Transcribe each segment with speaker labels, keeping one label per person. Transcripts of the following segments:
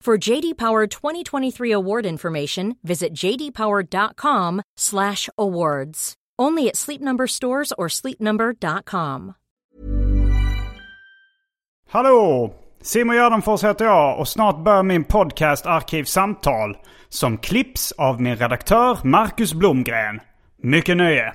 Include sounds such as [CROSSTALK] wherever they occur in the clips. Speaker 1: For JD Power 2023 award information, visit jdpower.com/awards. Only at Sleep Number stores or sleepnumber.com.
Speaker 2: Hallå! Simon Gärdenfors heter jag och snart börjar min podcast Arkivsamtal som klipps av min redaktör Marcus Blomgren. Mycket nöje!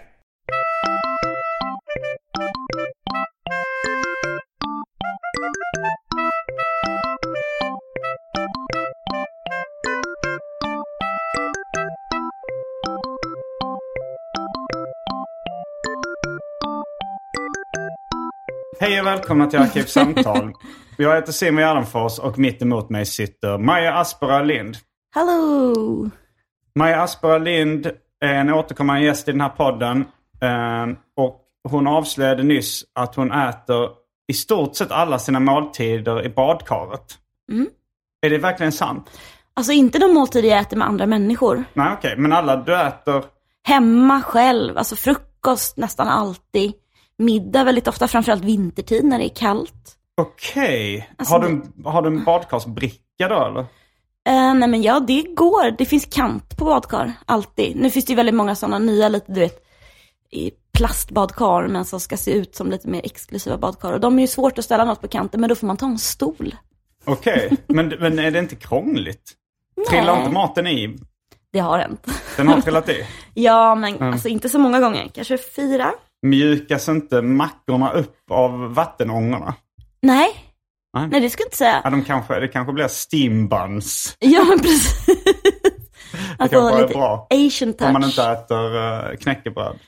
Speaker 2: Hej och välkomna till Arkivsamtal. Jag heter Simon Gärdenfors och mitt emot mig sitter Maja Aspera Lind.
Speaker 3: Hallå!
Speaker 2: Maja Aspera Lind är en återkommande gäst i den här podden. eh, Och hon avslöjade nyss att hon äter i stort sett alla sina måltider i badkaret.
Speaker 3: Mm.
Speaker 2: Är det verkligen sant?
Speaker 3: Alltså inte de måltider jag äter med andra människor.
Speaker 2: Nej okej, men alla du äter...
Speaker 3: Hemma själv, alltså frukost nästan alltid. Middag väldigt ofta, framförallt vintertid när det är kallt.
Speaker 2: Okej.
Speaker 3: Alltså,
Speaker 2: har, du, en- har du en badkarsbricka då eller?
Speaker 3: Eh, nej men ja, det går. Det finns kant på badkar, alltid. Nu finns det ju väldigt många sådana nya, lite du vet, i plastbadkar, men som ska se ut som lite mer exklusiva badkar. Och de är ju svårt att ställa något på kanten, men då får man ta en stol.
Speaker 2: Okej, men, men är det inte krångligt? Trillar inte maten i?
Speaker 3: Det har hänt.
Speaker 2: Den har Mm. trillat i.
Speaker 3: [LAUGHS] Ja, men alltså inte så många gånger. Kanske fyra?
Speaker 2: Mjukas inte mackorna upp av vattenångorna?
Speaker 3: Nej.
Speaker 2: Nej.
Speaker 3: Nej, det skulle jag inte säga.
Speaker 2: Ja, de kanske, det kanske blir steam buns.
Speaker 3: Ja men precis.
Speaker 2: kanske
Speaker 3: Alltså
Speaker 2: är
Speaker 3: lite
Speaker 2: bra.
Speaker 3: asian touch.
Speaker 2: Om man inte äter eh, knäckebröd.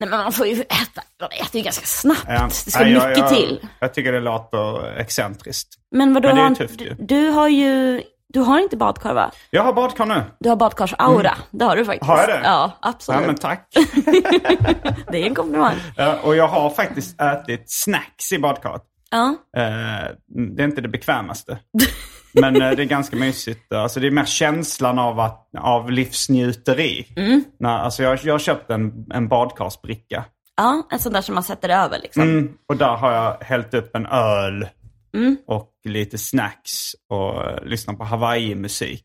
Speaker 3: Nej men man får ju äta, man äter ju ganska snabbt.
Speaker 2: Ja.
Speaker 3: Det ska
Speaker 2: Nej, jag-
Speaker 3: mycket
Speaker 2: jag,
Speaker 3: till.
Speaker 2: Jag tycker det låter excentriskt.
Speaker 3: Men vadå,
Speaker 2: Men det är
Speaker 3: har-
Speaker 2: tufft ju.
Speaker 3: du, du har ju, du har inte badkar va?
Speaker 2: Jag har badkar nu.
Speaker 3: Du har badkarsaura, det har du faktiskt.
Speaker 2: Mm. Har jag det?
Speaker 3: Ja, absolut.
Speaker 2: Ja, men tack.
Speaker 3: Det är en komplimang.
Speaker 2: Ja, och jag har faktiskt ätit snacks i badkaret.
Speaker 3: Ja,
Speaker 2: Eh, det är inte det bekvämaste. [LAUGHS] Men eh, det är ganska mysigt. Alltså, det är mer känslan av, att, av livsnjuteri. När, alltså, jag, jag har köpt en, en badkarsbricka.
Speaker 3: ja, en sån där som man sätter över liksom.
Speaker 2: Mm, och där har jag hällt upp en öl och lite snacks och eh, lyssnar på Hawaii-musik.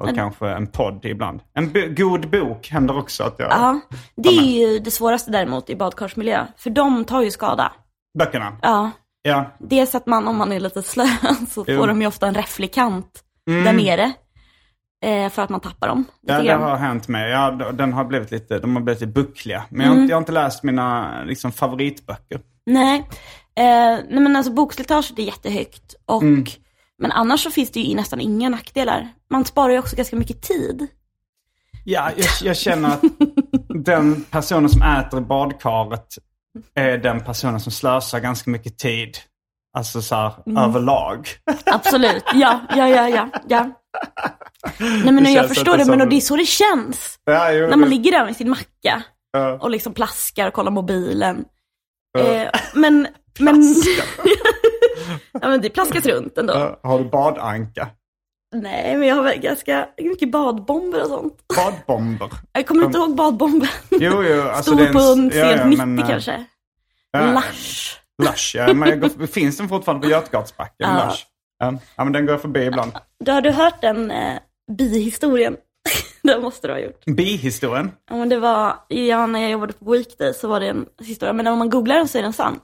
Speaker 2: Och kanske en podd ibland. En b- god bok händer också att jag...
Speaker 3: Ja, det är ju det svåraste däremot i badkarsmiljö, för de tar ju skada.
Speaker 2: Böckerna.
Speaker 3: Ja,
Speaker 2: Ja.
Speaker 3: dels att man om man är lite slö [LAUGHS] så
Speaker 2: Jo. Mm.
Speaker 3: får de ju ofta en räfflikant där nere. Eh, för att man tappar dem.
Speaker 2: Ja,
Speaker 3: lite
Speaker 2: det
Speaker 3: grann.
Speaker 2: har hänt mig. Ja, d- den har blivit lite, de har blivit lite buckliga. Men jag,
Speaker 3: Mm.
Speaker 2: har inte- jag har inte läst mina liksom, favoritböcker.
Speaker 3: Nej. Eh, nej men alltså bokslitage det är jättehögt. Och,
Speaker 2: Mm.
Speaker 3: Men annars så finns det ju nästan inga nackdelar. Man sparar ju också ganska mycket tid.
Speaker 2: Ja, jag, jag känner att den personen som äter i badkaret är den personen som slösar ganska mycket tid. Alltså så här,
Speaker 3: Mm.
Speaker 2: överlag.
Speaker 3: Absolut, ja, ja, ja, ja. ja. Nej men
Speaker 2: Det
Speaker 3: nu, jag
Speaker 2: känns
Speaker 3: förstår
Speaker 2: inte
Speaker 3: det,
Speaker 2: som-
Speaker 3: men det är så det känns.
Speaker 2: Ja, jo,
Speaker 3: När man
Speaker 2: det-
Speaker 3: ligger där med sin macka
Speaker 2: Ja.
Speaker 3: och liksom plaskar och kollar mobilen.
Speaker 2: Ja.
Speaker 3: Eh, men, men... [LAUGHS] ja men det plaskas runt ändå.
Speaker 2: Ja, Har du badanka?
Speaker 3: Nej men jag har väl ganska mycket badbomber och sånt.
Speaker 2: Badbomber?
Speaker 3: Jag kommer inte ihåg badbomben.
Speaker 2: Jo,
Speaker 3: [LAUGHS]
Speaker 2: jo. Alltså
Speaker 3: Stor
Speaker 2: det är en-
Speaker 3: på en
Speaker 2: ja, ja,
Speaker 3: sent 90
Speaker 2: men, eh,
Speaker 3: kanske.
Speaker 2: ja,
Speaker 3: Lush.
Speaker 2: Lush, ja. Men jag går, finns den fortfarande på Götgatsbacken?
Speaker 3: Ja.
Speaker 2: Lush. Ja, Ja, men den går jag förbi ibland.
Speaker 3: Du, har du hört den eh, bihistorien? [LAUGHS] det måste du ha gjort.
Speaker 2: Bihistorien?
Speaker 3: Ja, men det var,
Speaker 2: Mm.
Speaker 3: ja, när jag jobbade på Weekday så var det en historia, men om man googlar den så är den sann.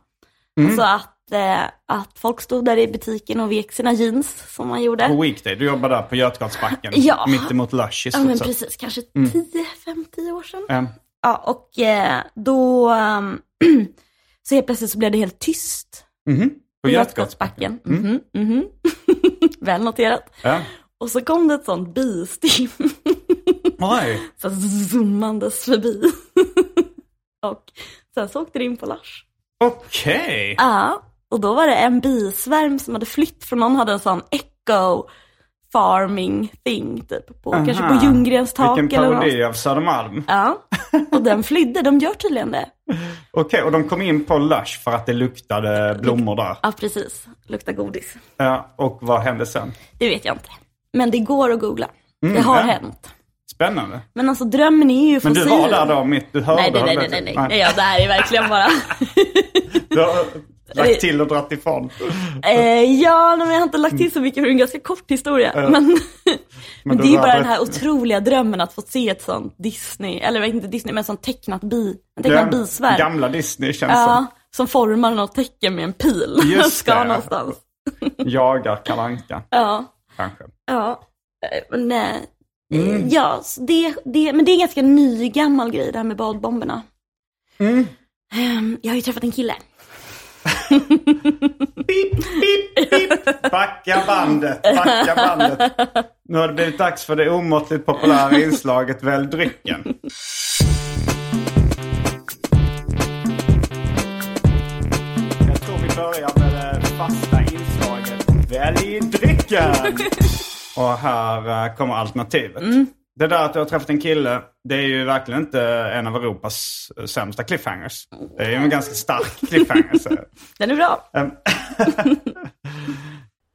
Speaker 3: Alltså att eh, att folk stod där i butiken och vek sina jeans som man gjorde.
Speaker 2: På Weekday, du jobbar där på Götgatsbacken.
Speaker 3: [LAUGHS] Ja.
Speaker 2: Mitt emot Lush i
Speaker 3: ja men
Speaker 2: stort sett.
Speaker 3: precis, kanske
Speaker 2: Mm.
Speaker 3: 10-5-10 år sedan.
Speaker 2: Ehm,
Speaker 3: Ja, och eh, då ehm, [CLEARS THROAT] så helt plötsligt så blev det helt tyst
Speaker 2: mhm. På
Speaker 3: i
Speaker 2: Götgatsbacken.
Speaker 3: Götgatsbacken. Mhm, mhm. [LAUGHS] Väl noterat.
Speaker 2: Ja.
Speaker 3: Och så kom det ett sånt bistim, [LAUGHS]
Speaker 2: Oj.
Speaker 3: så zoomandes förbi. [LAUGHS] och sen så åkte det in på Lars.
Speaker 2: Okej.
Speaker 3: Ja, och då var det en bisvärm som hade flytt från någon hade en sån echo farming thing typ. På, kanske
Speaker 2: Aha.
Speaker 3: på Ljunggrens tak
Speaker 2: Vilken
Speaker 3: eller något.
Speaker 2: parodi av Södermalm. [LAUGHS]
Speaker 3: Ja, och den flydde. De gör tydligen det.
Speaker 2: Okej, och de kom in på Lush för att det luktade blommor där.
Speaker 3: Ja, precis. Luktar godis.
Speaker 2: Ja, och vad hände sen?
Speaker 3: Det vet jag inte. Men det går att googla. det har
Speaker 2: Mm, ja.
Speaker 3: hänt.
Speaker 2: Spännande.
Speaker 3: Men alltså drömmen är ju
Speaker 2: Men
Speaker 3: fossil.
Speaker 2: du var där då, mitt, du hörde?
Speaker 3: Nej, nej, nej, nej, nej, nej. nej. Ja, det här är
Speaker 2: [LAUGHS]
Speaker 3: verkligen bara...
Speaker 2: Du har lagt till och dratt ifrån.
Speaker 3: eh, ja, men jag har inte lagt till så mycket för det är en ganska kort historia.
Speaker 2: [LAUGHS]
Speaker 3: Men,
Speaker 2: Eh. du
Speaker 3: men det är ju
Speaker 2: var
Speaker 3: bara den
Speaker 2: rätt.
Speaker 3: här otroliga drömmen att få se ett sånt Disney, eller inte Disney, men ett sånt tecknat bi, en tecknad
Speaker 2: Ja,
Speaker 3: bisvärm.
Speaker 2: Gamla Disney känns
Speaker 3: ja, som formar något tecken med en pil.
Speaker 2: Just
Speaker 3: [LAUGHS] Ska
Speaker 2: det.
Speaker 3: någonstans.
Speaker 2: som. Jagar Kalle Anka,
Speaker 3: Ja.
Speaker 2: kanske.
Speaker 3: Ja, eh, men nej. Ja, så det, det, men det är en ganska ny gammal grej det här med badbomberna. Ehm, Jag har ju träffat en kille.
Speaker 2: Pip, pip, pip. Backa bandet, backa bandet. Nu har det blivit dags för det omåttligt populära inslaget Välj drycken. Jag tror vi börjar med det fasta inslaget Välj drycken. Och här eh, kommer alternativet. Det där att du har träffat en kille, det är ju verkligen inte en av Europas eh, sämsta cliffhangers. Det är ju en ganska stark cliffhanger. så-
Speaker 3: Den är bra.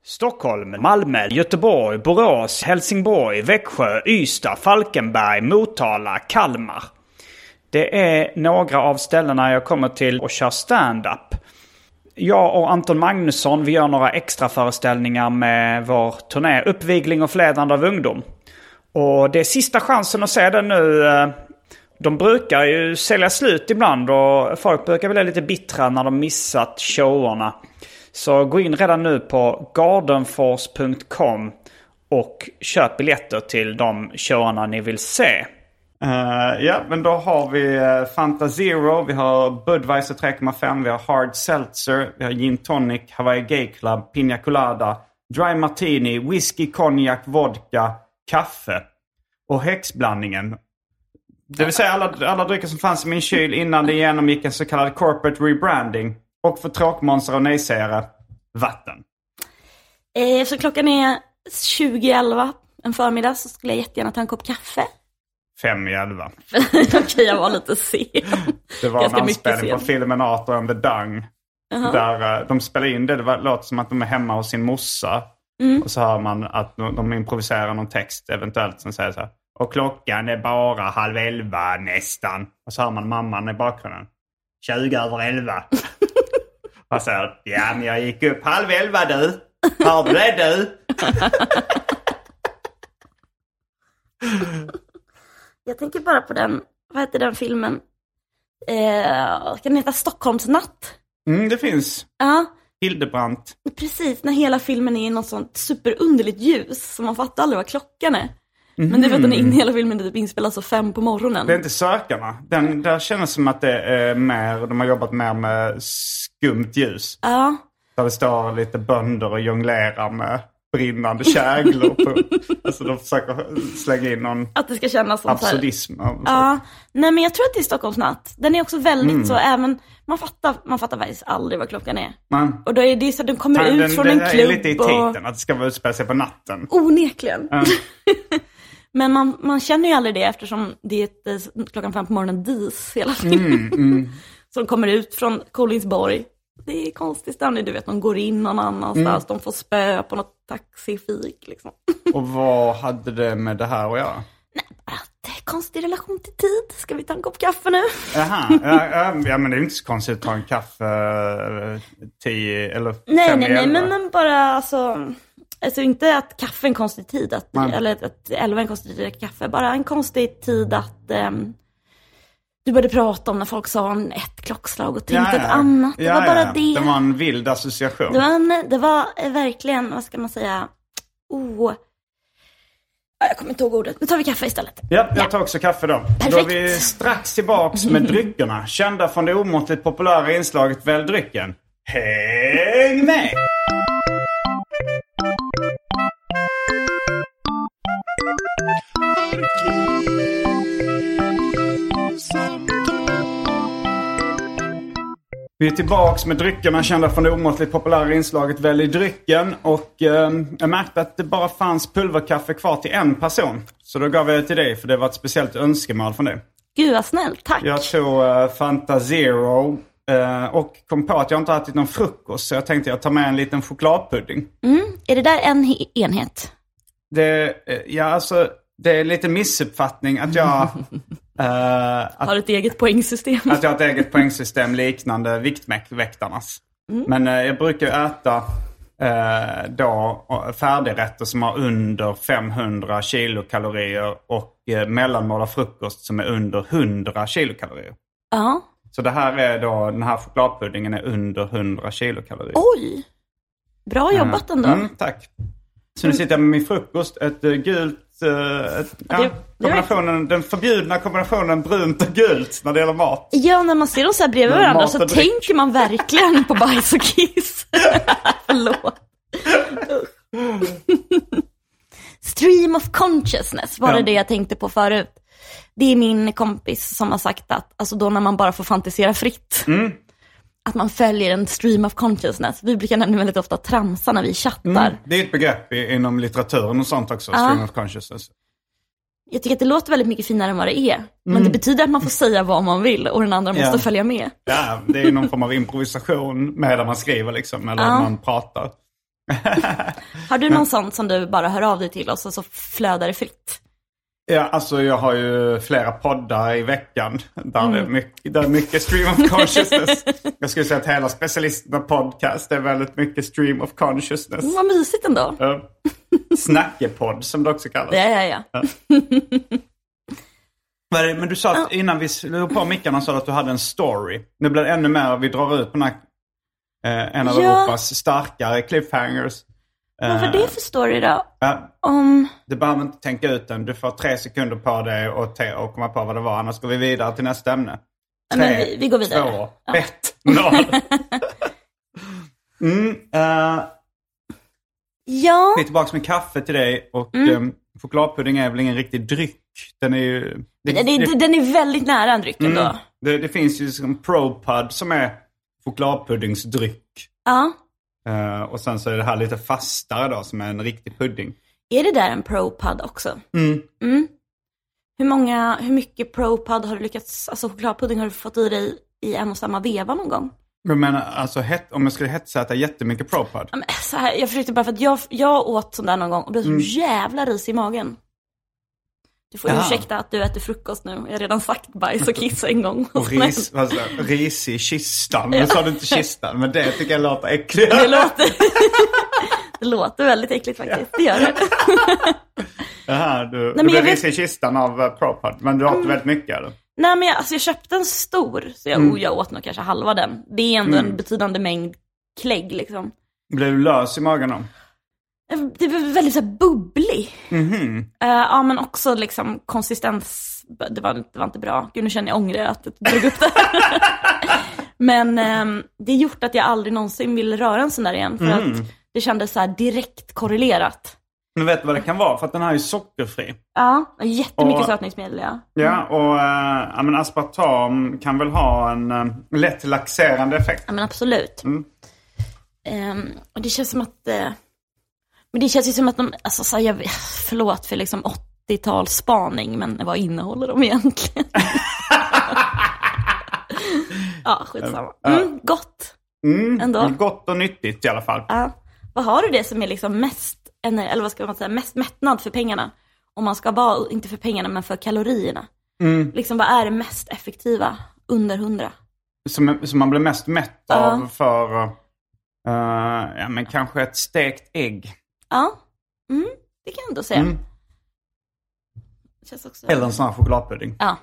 Speaker 4: Stockholm, Malmö, Göteborg, Borås, Helsingborg, Växjö, Ystad, Falkenberg, Motala, Kalmar. Det är några av ställena jag kommer till och kör stand-up. Jag och Anton Magnusson, vi gör några extra föreställningar med vår turné Uppvigling och flädande av ungdom. Och det är sista chansen att se den nu. eh, De brukar ju sälja slut ibland och folk brukar bli lite bittra när de missat showerna. Så gå in redan nu på gardenfors.com och köp biljetter till de showerna ni vill se.
Speaker 2: Eh, ja, men då har vi eh, Fanta Zero, vi har Budweiser 3,5, vi har Hard Seltzer, vi har Gin Tonic, Hawaii Gay Club, Pina Colada, Dry Martini, Whisky, Konjak, Vodka, Kaffe och häxblandningen. Det vill säga alla, alla drycker som fanns i min kyl innan det genomgick en så kallad corporate rebranding. Och för tråkmånsar och nejsägare, vatten.
Speaker 3: Eh, Eftersom klockan är 20.11 en förmiddag så skulle jag jättegärna ta en kopp kaffe. [LAUGHS]
Speaker 2: Fem i elva.
Speaker 3: Okej, jag var lite sen.
Speaker 2: Det var en
Speaker 3: Ganska mycket
Speaker 2: anspelning på
Speaker 3: sen.
Speaker 2: filmen Arthur and the Dung. Där eh, de spelar in det. Det var- låter som att de är hemma hos sin morsa.
Speaker 3: Mm.
Speaker 2: Och så hör man att de, de improviserar någon text eventuellt som säger så här. Och klockan är bara halv elva nästan. Och så hör man mamman i bakgrunden. 20 över
Speaker 3: [LAUGHS]
Speaker 2: elva. Och så här, ja men jag gick upp halv elva du. Hör du det du?
Speaker 3: Jag tänker bara på den, vad heter den filmen? Eh, kan den heta Stockholmsnatt?
Speaker 2: Mm, det finns.
Speaker 3: Ja,
Speaker 2: Hildebrandt.
Speaker 3: Precis, när hela filmen är i något sånt superunderligt ljus, så man fattar aldrig vad klockan är. Men det är för att den är
Speaker 2: Mhm.
Speaker 3: inne, hela filmen är typ inspelad så fem på morgonen.
Speaker 2: Det är inte Sökarna. Den, där känns som att det är mer, de har jobbat mer med skumt ljus.
Speaker 3: Ja,
Speaker 2: Där det står lite bönder och jonglerar med brinnande käglor.
Speaker 3: [LAUGHS]
Speaker 2: På. alltså de försöker slänga in någon
Speaker 3: att det ska kännas som så här.
Speaker 2: absurdism. av-
Speaker 3: Ja, nej men jag tror att det är Stockholmsnatt. Den är också väldigt
Speaker 2: Mm.
Speaker 3: så, även, man fattar, man fattar faktiskt aldrig vad klockan är.
Speaker 2: Men,
Speaker 3: Och då är det så att den kommer
Speaker 2: den,
Speaker 3: ut
Speaker 2: den,
Speaker 3: från
Speaker 2: den
Speaker 3: en
Speaker 2: är
Speaker 3: klubb
Speaker 2: lite i
Speaker 3: och...
Speaker 2: titeln, att det ska vara utspela sig på natten.
Speaker 3: Onekligen.
Speaker 2: Ja.
Speaker 3: [LAUGHS] Men man, man känner ju aldrig det eftersom det är ett, eh, klockan fem på morgonen dis hela tiden. [LAUGHS] Som kommer ut från Kolingsborg. Det är konstig stämning, du vet, de går in någon annanstans, de får spö på något taxifik liksom. [LAUGHS]
Speaker 2: Och vad hade det med det här att göra?
Speaker 3: Äh, Det är konstig relation till tid, ska vi ta en kopp kaffe nu?
Speaker 2: Jaha, ja, ja, ja men det är inte så konstigt att ta en kaffe eh, tio eller
Speaker 3: Nej,
Speaker 2: fem
Speaker 3: nej,
Speaker 2: i
Speaker 3: nej,
Speaker 2: elva.
Speaker 3: men men bara alltså, alltså inte att kaffe är en konstig tid, att,
Speaker 2: Nej.
Speaker 3: eller att elva är en konstig tid att dricka kaffe, bara en konstig tid att ehm, Du började prata om när folk sa om ett klockslag och tänkte
Speaker 2: Ja, ja.
Speaker 3: ett annat. Det
Speaker 2: Ja,
Speaker 3: var
Speaker 2: ja.
Speaker 3: bara det.
Speaker 2: Det var en vild association.
Speaker 3: Det var, en, det var eh, verkligen, vad ska man säga, oh. Ja, Jag kommer inte ihåg ordet. Nu tar vi kaffe istället.
Speaker 2: Ja, jag tar också kaffe då. Då är vi
Speaker 3: Perfekt.
Speaker 2: strax tillbaks med dryckerna. Kända från det omåttligt populära inslaget Välj drycken. Häng med! Vi är tillbaks med dryckerna kända från det omåttligt populära inslaget Välj drycken. Och eh, jag märkte att det bara fanns pulverkaffe kvar till en person. Så då gav jag det till dig för det var ett speciellt önskemål från dig.
Speaker 3: Gud vad snällt, tack.
Speaker 2: Jag tog eh, Fanta Zero eh, och kom på att jag inte har ätit någon frukost. Så jag tänkte jag tar med en liten chokladpudding.
Speaker 3: Är det där en he- enhet?
Speaker 2: Det, eh, ja, alltså, det är lite missuppfattning att jag, eh, att,
Speaker 3: Har ett eget poängsystem.
Speaker 2: att jag har ett eget poängsystem liknande Viktväktarnas. Men eh, jag brukar ju äta eh, då, eh, färdigrätter som har under 500 kilokalorier och eh, mellanmål och frukost som är under 100 kilokalorier.
Speaker 3: Ja.
Speaker 2: Så det här är då, den här chokladpuddingen är under 100 kilokalorier.
Speaker 3: Oj! Bra jobbat ändå.
Speaker 2: Mm, tack. Så nu sitter jag med min frukost, ett eh, gult... eh, Ett,
Speaker 3: Mm. det-
Speaker 2: ja,
Speaker 3: det var-
Speaker 2: kombinationen, den förbjudna kombinationen brunt och gult när det gäller mat.
Speaker 3: Ja, när man ser dem så här bredvid
Speaker 2: Men
Speaker 3: varandra
Speaker 2: mat
Speaker 3: så
Speaker 2: och dryck.
Speaker 3: tänker man verkligen på bajs och kiss. [LAUGHS] Förlåt. Stream of consciousness var det
Speaker 2: Ja.
Speaker 3: det jag tänkte på förut. Det är min kompis som har sagt att, alltså då när man bara får fantisera fritt,
Speaker 2: Mm.
Speaker 3: att man följer en stream of consciousness. Vi brukar nämligen väldigt ofta tramsa när vi chattar.
Speaker 2: Det är ett begrepp i, inom litteraturen och sånt också, stream of consciousness.
Speaker 3: Jag tycker att det låter väldigt mycket finare än vad det är. Men det betyder att man får säga vad man vill och den andra måste
Speaker 2: Mm. Ja.
Speaker 3: följa med.
Speaker 2: Ja, det är någon form av improvisation medan man skriver liksom, eller man pratar.
Speaker 3: Har du någon sån som du bara hör av dig till oss och så flödar det fritt?
Speaker 2: Ja, alltså jag har ju flera poddar i veckan där, det,
Speaker 3: Mm.
Speaker 2: är mycket, där är mycket stream of consciousness. jag skulle säga att hela specialisterna podcast är väldigt mycket stream of consciousness.
Speaker 3: Vad mysigt ändå.
Speaker 2: Ja. Eh, Snackepodd som det också kallas.
Speaker 3: Ja, ja, ja.
Speaker 2: Men men du sa att innan vi slog på mickarna sa du att du hade en story. Nu blir det ännu mer, vi drar ut på den här, eh, en av
Speaker 3: Ja.
Speaker 2: Europas starkare cliffhangers.
Speaker 3: Vad var det för story då?
Speaker 2: Ja,
Speaker 3: Om...
Speaker 2: du behöver inte tänka ut den, du får tre sekunder på dig och, te- och komma på vad det var, annars går vi vidare till nästa ämne.
Speaker 3: Ja, men vi, vi går vidare.
Speaker 2: Två, ett, noll.
Speaker 3: [LAUGHS]
Speaker 2: Mm, eh,
Speaker 3: Ja,
Speaker 2: vi är tillbaka med kaffe till dig och
Speaker 3: Mm.
Speaker 2: ehm, chokladpudding är väl ingen riktig dryck. Den är ju... det-
Speaker 3: det,
Speaker 2: det-
Speaker 3: det, den är väldigt nära en dryck ändå.
Speaker 2: Mm. Det, det finns ju som ProPud som är chokladpuddingsdryck.
Speaker 3: Ja.
Speaker 2: Eh, och sen så är det här lite fastare då som är en riktig pudding.
Speaker 3: Är det där en ProPud också? Mm. Hur många, hur mycket ProPud har du lyckats, alltså chokladpudding har du fått i dig i en och samma veva någon gång?
Speaker 2: Jag menar alltså het, om jag skulle hetsäta jättemycket ProPud.
Speaker 3: Ja, men Så här, jag försökte bara för att jag, jag åt sån där någon gång och blev
Speaker 2: Mm.
Speaker 3: så jävla risig i magen. Du får
Speaker 2: Jaha.
Speaker 3: ursäkta att du äter frukost nu, jag har redan sagt bajs och kiss en gång.
Speaker 2: Och ris, alltså, ris i kistan. Nu sa du inte kistan, men det tycker jag låter äckligt.
Speaker 3: Det låter, [LAUGHS] det låter väldigt äckligt faktiskt, det gör det.
Speaker 2: Det här, du,
Speaker 3: men
Speaker 2: du blev
Speaker 3: jag vet-
Speaker 2: ris
Speaker 3: Mm.
Speaker 2: i kistan av uh, ProPud, men du åt väldigt mycket eller?
Speaker 3: Nej men jag, alltså jag köpte en stor, så
Speaker 2: Mm.
Speaker 3: jag, oh, jag åt nog kanske halva den. Det är ändå en betydande mängd klägg liksom.
Speaker 2: Blev du lös i magen då?
Speaker 3: Ehm, Det var väldigt så här bubblig. Eh, ja men också liksom konsistens, det var, det var inte bra. Gud nu känner jag ångrar att jag drog upp det [LAUGHS] här. men ehm, det har gjort att jag aldrig någonsin vill röra en sån där igen. För att det kändes så här direkt korrelerat.
Speaker 2: Men vet du vad det kan vara? För att den här är sockerfri.
Speaker 3: Ja, jättemycket
Speaker 2: Och-
Speaker 3: sötningsmedel ja.
Speaker 2: Ja, och eh, ja, men aspartam kan väl ha en eh, lätt laxerande effekt.
Speaker 3: Ja men absolut.
Speaker 2: Mm.
Speaker 3: Ehm, och det känns som att, eh, men det känns ju som att de, alltså så här, jag, förlåt för liksom 80-talsspaning, men vad innehåller de egentligen? [LAUGHS] ja, skitsamma. Mm, gott.
Speaker 2: Mm,
Speaker 3: Ändå.
Speaker 2: Gott och nyttigt i alla fall.
Speaker 3: Ja. vad har du det som är liksom mest, ener- eller vad ska man säga, mest mättnad för pengarna? Om man ska vara, inte för pengarna, men för kalorierna.
Speaker 2: Mm.
Speaker 3: Liksom vad är det mest effektiva under 100?
Speaker 2: Som, som man blir mest mätt av för eh, ja, men kanske ett stekt ägg.
Speaker 3: Ja, mm, det kan jag ändå säga.
Speaker 2: Mm.
Speaker 3: Känns också...
Speaker 2: Eller en sån här chokladpudding.
Speaker 3: Ja.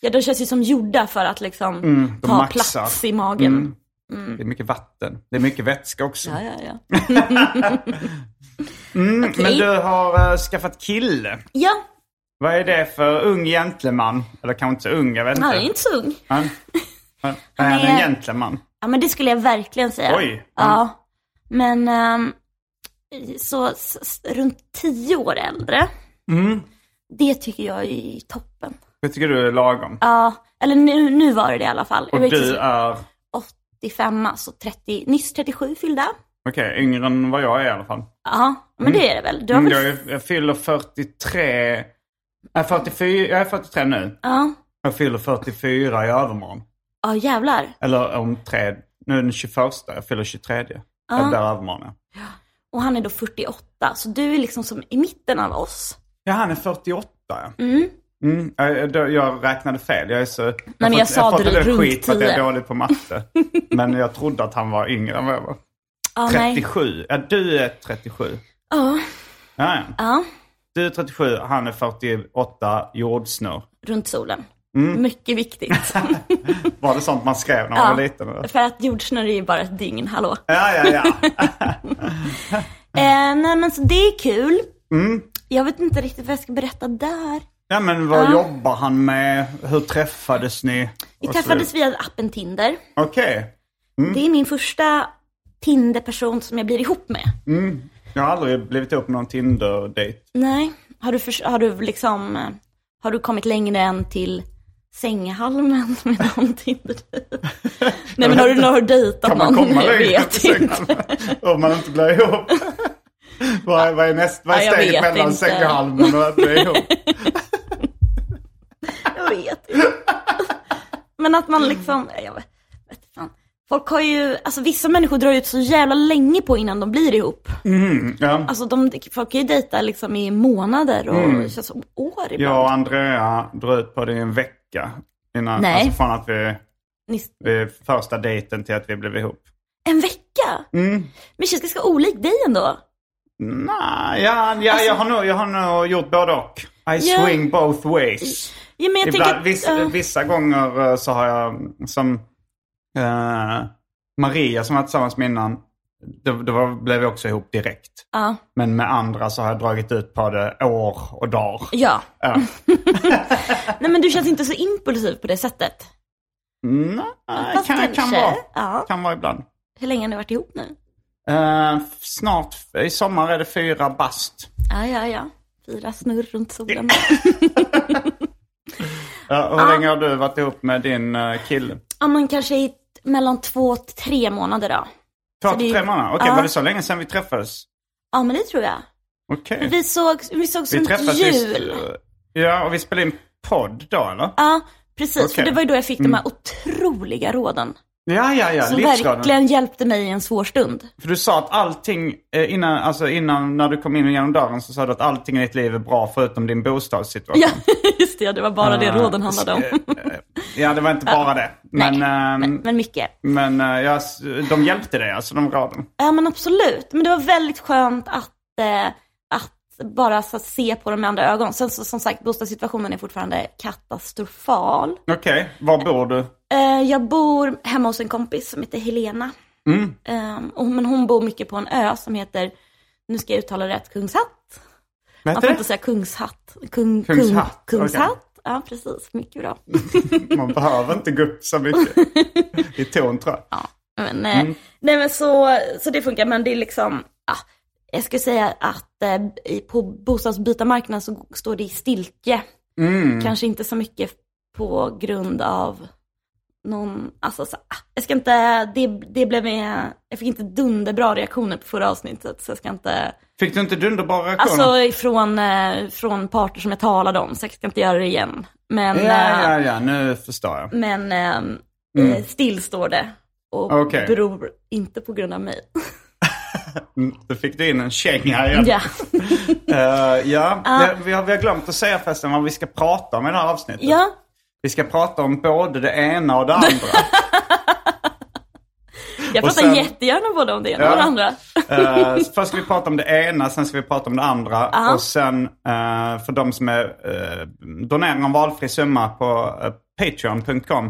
Speaker 3: Ja, de känns ju som gjorda för att liksom
Speaker 2: Mm, de
Speaker 3: ta
Speaker 2: maxar. Mm.
Speaker 3: plats i magen.
Speaker 2: Det är mycket vatten. Det är mycket vätska också.
Speaker 3: Mm. Ja, ja, ja.
Speaker 2: Mm,
Speaker 3: Okej.
Speaker 2: Men du har eh, skaffat kille.
Speaker 3: Ja,
Speaker 2: Vad är det för ung gentleman? Eller kanske inte så ung, jag vet inte.
Speaker 3: han är inte så ung.
Speaker 2: Han-
Speaker 3: [LAUGHS]
Speaker 2: han-
Speaker 3: Han
Speaker 2: är han en
Speaker 3: är-
Speaker 2: gentleman?
Speaker 3: Ja, men det skulle jag verkligen säga.
Speaker 2: Oj. Mm.
Speaker 3: Ja. Men ehm, så, s- s- runt tio år äldre,
Speaker 2: Mm.
Speaker 3: det tycker jag är toppen.
Speaker 2: Det tycker du är lagom.
Speaker 3: Ja, eller nu, nu var det det i alla fall.
Speaker 2: Och
Speaker 3: jag vet
Speaker 2: du
Speaker 3: inte,
Speaker 2: är,
Speaker 3: 85, alltså 30, nyss 37 fyllda.
Speaker 2: okej, yngre än vad jag är i alla fall.
Speaker 3: Ja, men det är det väl. Du har
Speaker 2: Mm,
Speaker 3: väl...
Speaker 2: jag, är- jag fyller 43... Nej, 44, jag är 43 nu.
Speaker 3: Ja.
Speaker 2: Jag fyller 44 i övermorgon.
Speaker 3: ja, jävlar.
Speaker 2: Eller om tre... Nu är den 21, jag fyller 23. Eller där övermorgon. ja.
Speaker 3: Och han är då 48, så du är liksom som i mitten av oss.
Speaker 2: Ja, han är 48. ja. Mm, jag, jag- jag räknade fel. Jag är så... Nej,
Speaker 3: men jag sa
Speaker 2: jag
Speaker 3: det
Speaker 2: en del
Speaker 3: runt
Speaker 2: skit för att jag är
Speaker 3: 10.
Speaker 2: dålig på matte.
Speaker 3: [LAUGHS]
Speaker 2: men jag trodde att han var yngre än vad jag var.
Speaker 3: Ja, nej.
Speaker 2: 37. Ja, du är 37.
Speaker 3: Ja,
Speaker 2: Ja, ja.
Speaker 3: ja,
Speaker 2: Du är 37, han är 48, jordsnurr.
Speaker 3: runt solen. Mycket viktigt.
Speaker 2: Var det sånt man skrev när man var liten? eller?
Speaker 3: För att jordsnurr är ju bara ett dygn, hallå.
Speaker 2: Ja, ja, ja.
Speaker 3: [LAUGHS] Eh, nej men så det är kul. Jag vet inte riktigt vad jag ska berätta där.
Speaker 2: Ja, men vad jobbar han med? Hur träffades ni?
Speaker 3: Vi
Speaker 2: Och så
Speaker 3: träffades
Speaker 2: vidare.
Speaker 3: via appen Tinder.
Speaker 2: Okej.
Speaker 3: Det är min första Tinder-person som jag blir ihop med.
Speaker 2: Jag har aldrig blivit ihop med någon Tinder-dejt.
Speaker 3: Nej, har du, förs- har du liksom, eh, har du kommit längre än till sänghalmen [LAUGHS] med
Speaker 2: [LAUGHS]
Speaker 3: någon Tinder? Nej men har du, har du dejtat
Speaker 2: Kan man
Speaker 3: någon?
Speaker 2: komma
Speaker 3: jag
Speaker 2: längre? [LAUGHS]
Speaker 3: vet inte.
Speaker 2: Om man inte blir ihop. Vad är, vad är, näst, vad är
Speaker 3: Ja, jag
Speaker 2: steget
Speaker 3: vet
Speaker 2: mellan
Speaker 3: inte.
Speaker 2: sänghalmen och att bli ihop?
Speaker 3: Jag vet inte. [LAUGHS] Men att man liksom, jag vet, vet inte fan. Folk har ju, alltså vissa människor drar ut så jävla länge på innan de blir ihop.
Speaker 2: Ja.
Speaker 3: Alltså de, folk kan ju dejta liksom i månader och
Speaker 2: Mm.
Speaker 3: det känns som år ibland.
Speaker 2: Jag och Andrea drog ut på det i en vecka. Innan,
Speaker 3: Nej.
Speaker 2: Alltså från att vi,
Speaker 3: Ni,
Speaker 2: vi, första dejten till att vi blev ihop.
Speaker 3: en vecka?
Speaker 2: Mm.
Speaker 3: Men det känns ganska olikt dig ändå.
Speaker 2: Nej, ja, ja, jag, har nog, jag har nog gjort både och. I
Speaker 3: Alltså- Ja.
Speaker 2: swing both ways.
Speaker 3: Ja, men jag
Speaker 2: Ibland,
Speaker 3: tänker, att-
Speaker 2: viss,
Speaker 3: ja.
Speaker 2: Vissa gånger eh, så har jag mm, som eh, Maria som jag var tillsammans med innan. Då, då var- blev vi också ihop direkt.
Speaker 3: Ja.
Speaker 2: Men med andra så har jag dragit ut på det år och dagar.
Speaker 3: Ja.
Speaker 2: Ja.
Speaker 3: Nej men du känns inte så impulsiv på det sättet.
Speaker 2: Nej,
Speaker 3: Fast
Speaker 2: Eh, kan, kan,
Speaker 3: kanske.
Speaker 2: vara,
Speaker 3: Ja.
Speaker 2: kan vara ibland.
Speaker 3: Hur länge har ni varit ihop nu?
Speaker 2: Eh, f- snart, i sommar är det fyra bast.
Speaker 3: Ja, ja, ja. Fyra snurr runt solen.
Speaker 2: Eh, hur länge har du varit ihop med din eh, kille?
Speaker 3: Ja, men kanske i t- mellan två och tre månader då.
Speaker 2: Två
Speaker 3: Så det
Speaker 2: till
Speaker 3: är-
Speaker 2: tre månader? Okej,
Speaker 3: Ja.
Speaker 2: var det så länge sedan vi träffades?
Speaker 3: Ja, men det tror jag.
Speaker 2: Okej.
Speaker 3: Mm. Vi såg, vi såg
Speaker 2: Vi
Speaker 3: som ett
Speaker 2: sist,
Speaker 3: jul.
Speaker 2: eh, Ja, och vi spelade in podd då eller?
Speaker 3: Ja, precis. För
Speaker 2: Okej.
Speaker 3: det var ju då jag fick de här otroliga råden.
Speaker 2: Ja, ja, ja.
Speaker 3: Som
Speaker 2: Livsråden.
Speaker 3: verkligen hjälpte mig i en svår stund.
Speaker 2: För du sa att allting eh, innan, alltså innan när du kom in genom dörren så sa du att allting i ditt liv är bra förutom din bostadssituation.
Speaker 3: Ja, [LAUGHS] just det. Det var bara det råden handlade om.
Speaker 2: Ja, det var inte bara det. Men, ehm,
Speaker 3: [LAUGHS] Men, men mycket.
Speaker 2: men eh, ja, s- de hjälpte dig alltså, de råden.
Speaker 3: Ja men absolut. Men det var väldigt skönt att, eh, att bara så, att se på dem med andra ögon. Sen så, som sagt, bostadssituationen är fortfarande katastrofal.
Speaker 2: Okej, var bor du?
Speaker 3: Eh, jag bor hemma hos en kompis som heter Helena.
Speaker 2: Mm.
Speaker 3: Eh, och, men hon bor mycket på en ö som heter, nu ska jag uttala det rätt, Kungshatt.
Speaker 2: Vad
Speaker 3: Man får
Speaker 2: heter
Speaker 3: inte säga Kungshatt. Kung,
Speaker 2: Kungshatt,
Speaker 3: Kung, Kungshatt. Ja precis, mycket bra.
Speaker 2: det? Man behöver inte gå upp så
Speaker 3: [LAUGHS]
Speaker 2: mycket i ton tror jag.
Speaker 3: Men, eh,
Speaker 2: Mm.
Speaker 3: Nej men så, så det funkar, men det är liksom, ah, jag skulle säga att eh, i- på bostadsbytarmarknaden så står det i stiltje.
Speaker 2: Mm.
Speaker 3: Kanske inte så mycket på grund av någon, alltså så, ah, jag ska inte, det, det blev en, jag fick inte dunderbra reaktioner på förra avsnittet så jag ska inte,
Speaker 2: Fick du inte dunderbara reaktioner?
Speaker 3: alltså ifrån, eh, från parter som jag talade om så jag ska inte göra det igen. Men,
Speaker 2: ja,
Speaker 3: eh,
Speaker 2: ja, ja, nu förstår jag.
Speaker 3: men ehm, eh, still står det och
Speaker 2: Okej.
Speaker 3: beror inte på grund av mig.
Speaker 2: Mm, Då fick du in en känga igen.
Speaker 3: Ja,
Speaker 2: Eh, ja. Det, vi, har, vi har glömt att säga förresten vad vi ska prata om i det här avsnittet.
Speaker 3: ja.
Speaker 2: Vi ska prata om både det ena och det andra.
Speaker 3: jag
Speaker 2: Och
Speaker 3: pratar
Speaker 2: sen-
Speaker 3: jättegärna både om det ena
Speaker 2: Ja.
Speaker 3: och det andra.
Speaker 2: Eh, så först ska vi prata om det ena, sen ska vi prata om det andra. Och sen eh, för de som är uh, donerar en valfri summa på eh, patreon.com.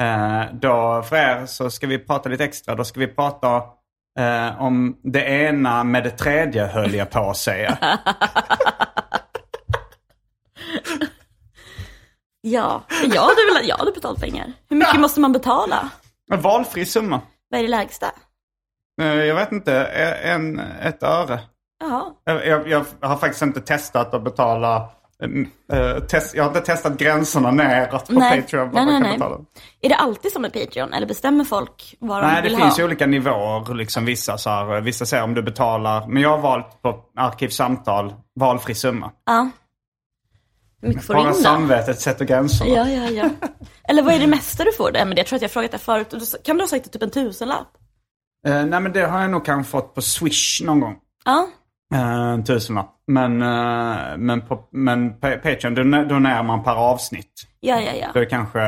Speaker 2: Eh, då för er så ska vi prata lite extra. Då ska vi prata eh, om det ena med det tredje höll jag på att säga.
Speaker 3: Ja, jag hade, velat, jag hade betalt pengar. Hur mycket måste man betala?
Speaker 2: En valfri summa.
Speaker 3: Vad är det lägsta?
Speaker 2: Eh, jag vet inte, en, ett öre.
Speaker 3: Jaha,
Speaker 2: Jag, jag, jag har faktiskt inte testat att betala. mm, eh, test, jag har inte testat gränserna neråt på
Speaker 3: Nej.
Speaker 2: Patreon.
Speaker 3: Nej,
Speaker 2: vad man kan
Speaker 3: nej, nej.
Speaker 2: betala.
Speaker 3: är det alltid som med Patreon? Eller bestämmer folk vad de
Speaker 2: Nej, det
Speaker 3: vill
Speaker 2: finns
Speaker 3: ha?
Speaker 2: ju olika nivåer. Liksom vissa, så här, vissa säger om du betalar. Men jag har valt på arkivsamtal valfri summa.
Speaker 3: Ja. Hur mycket får du
Speaker 2: Bara
Speaker 3: in då?
Speaker 2: samvetet sätter gränserna.
Speaker 3: Ja, ja, ja. Eller vad är det mesta du får? Det? Men jag tror att jag har frågat det förut. Och du sa- Kan du ha sagt typ en tusenlapp?
Speaker 2: Eh, nej, men det har jag nog kanske fått på Swish någon gång.
Speaker 3: Ja,
Speaker 2: Eh, en tusenlapp. Men, eh, men, på, men pa- Patreon, då nä- donerar man per avsnitt.
Speaker 3: ja, ja. ja.
Speaker 2: Då är det kanske,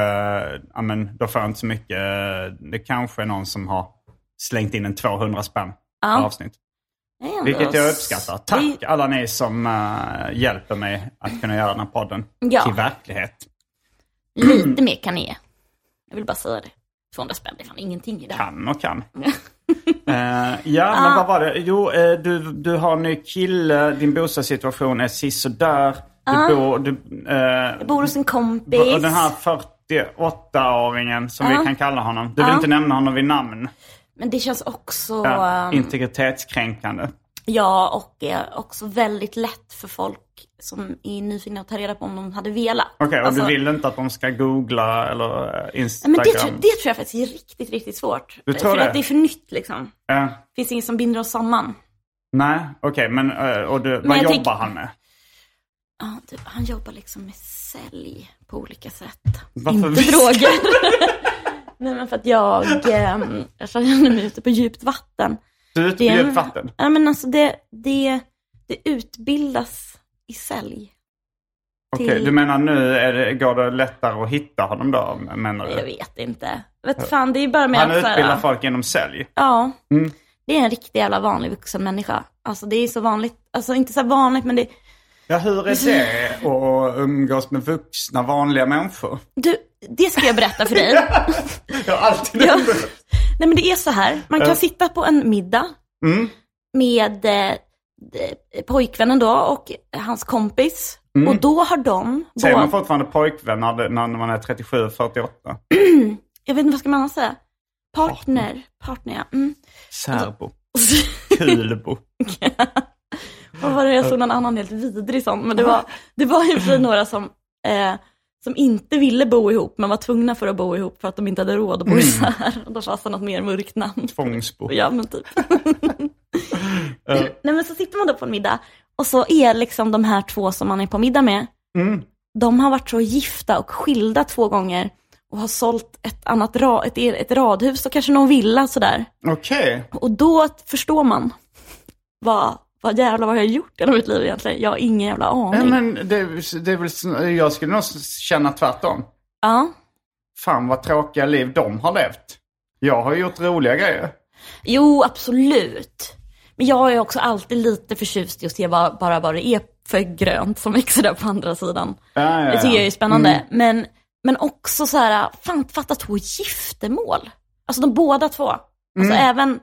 Speaker 2: ja men då får jag inte så mycket. Det kanske är någon som har slängt in en 200 spänn per avsnitt.
Speaker 3: Det är ändå-
Speaker 2: Vilket jag uppskattar. Tack
Speaker 3: Det-
Speaker 2: alla ni som eh, hjälper mig att kunna göra den här podden
Speaker 3: Ja.
Speaker 2: till verklighet.
Speaker 3: Lite mer kan ni ge. Jag vill bara säga det. 200 spänn, det är fan ingenting i det här.
Speaker 2: Kan och kan. Eh, ja, men vad var det? Jo, eh, du, du har en ny kille, din bostadssituation är sisådär. Du bor... Du, eh,
Speaker 3: Jag bor hos en kompis.
Speaker 2: och den här 48-åringen som vi kan kalla honom. Du vill inte nämna honom vid namn.
Speaker 3: Men det känns också...
Speaker 2: Ja,
Speaker 3: ehm,
Speaker 2: integritetskränkande.
Speaker 3: Ja, och är också väldigt lätt för folk som är nyfikna att ta reda på om de hade velat.
Speaker 2: Okej, och
Speaker 3: Alltså-
Speaker 2: du vill inte att de ska googla eller eh,
Speaker 3: Nej,
Speaker 2: Instagram?
Speaker 3: Men det, tror- det tror jag faktiskt är riktigt, riktigt svårt.
Speaker 2: Du tror
Speaker 3: för
Speaker 2: det?
Speaker 3: att det är för nytt liksom.
Speaker 2: Eh,
Speaker 3: Det finns inget som binder oss samman.
Speaker 2: nej, okej, men, eh, och du, vad
Speaker 3: jag
Speaker 2: jobbar
Speaker 3: tänk-
Speaker 2: han med?
Speaker 3: Ja, du, han jobbar liksom med sälj på olika sätt.
Speaker 2: Varför
Speaker 3: inte
Speaker 2: viskar
Speaker 3: droger. [LAUGHS] Nej, men för att jag, ehm, jag känner mig ute på djupt vatten.
Speaker 2: Du är ute på
Speaker 3: Det är-
Speaker 2: djupt vatten?
Speaker 3: Ja, men alltså det, det, det utbildas i sälj.
Speaker 2: Okej,
Speaker 3: till-
Speaker 2: du menar nu är det, går det lättare att hitta honom då, menar
Speaker 3: Jag
Speaker 2: du?
Speaker 3: vet inte. Vet fan, det är ju bara med
Speaker 2: Han
Speaker 3: att så här-
Speaker 2: utbildar folk inom sälj?
Speaker 3: Ja.
Speaker 2: Mm.
Speaker 3: Det är en riktig jävla vanlig vuxen människa. Alltså det är så vanligt, alltså inte så här vanligt men det,
Speaker 2: Ja, hur är
Speaker 3: [LAUGHS]
Speaker 2: det att umgås med vuxna, vanliga människor?
Speaker 3: du, det ska jag berätta
Speaker 2: [LAUGHS]
Speaker 3: för dig.
Speaker 2: Jag har alltid
Speaker 3: Ja.
Speaker 2: undrat.
Speaker 3: Nej men det är så här, man kan sitta på en middag
Speaker 2: Mm.
Speaker 3: med eh, eh, pojkvännen då och hans kompis. Och då har de,
Speaker 2: Mm. Säger
Speaker 3: båda-
Speaker 2: man fortfarande pojkvän när, det- när man är 37, 48?
Speaker 3: jag vet inte vad ska man säga? Partner, partner ja. Mm.
Speaker 2: Särbo. Kulbo.
Speaker 3: Vad var det jag såg någon annan helt vidrig sån, men det var, det var ju för sig några som, eh, som inte ville bo ihop, men var tvungna för att bo ihop för att de inte hade råd att bo isär. Och då fanns det något mer mörkt namn. [LAUGHS]
Speaker 2: Tvångsbo.
Speaker 3: Ja, men typ. [LAUGHS] Nej, men så sitter man då på en middag och så är liksom de här två som man är på middag med, de har varit så gifta och skilda två gånger och har sålt ett annat ra, ett, ett radhus och kanske någon villa sådär.
Speaker 2: Okej.
Speaker 3: Och då förstår man vad, vad jävlar vad jag har gjort i hela mitt liv egentligen. Jag har ingen jävla
Speaker 2: Nej,
Speaker 3: aning.
Speaker 2: men det, det är väl, sn- jag skulle nog känna tvärtom.
Speaker 3: Ja.
Speaker 2: Fan vad tråkiga liv de har levt. Jag har gjort roliga grejer.
Speaker 3: Jo, absolut. Men jag är också alltid lite förtjust i att se vad, bara vad det är för grönt som [LAUGHS] växer där på andra sidan.
Speaker 2: Ja, ja,
Speaker 3: Det tycker
Speaker 2: ja. Mm.
Speaker 3: jag är spännande. Men, men också så här, fan fatta två giftermål. Alltså de båda två. Alltså
Speaker 2: Mm.
Speaker 3: även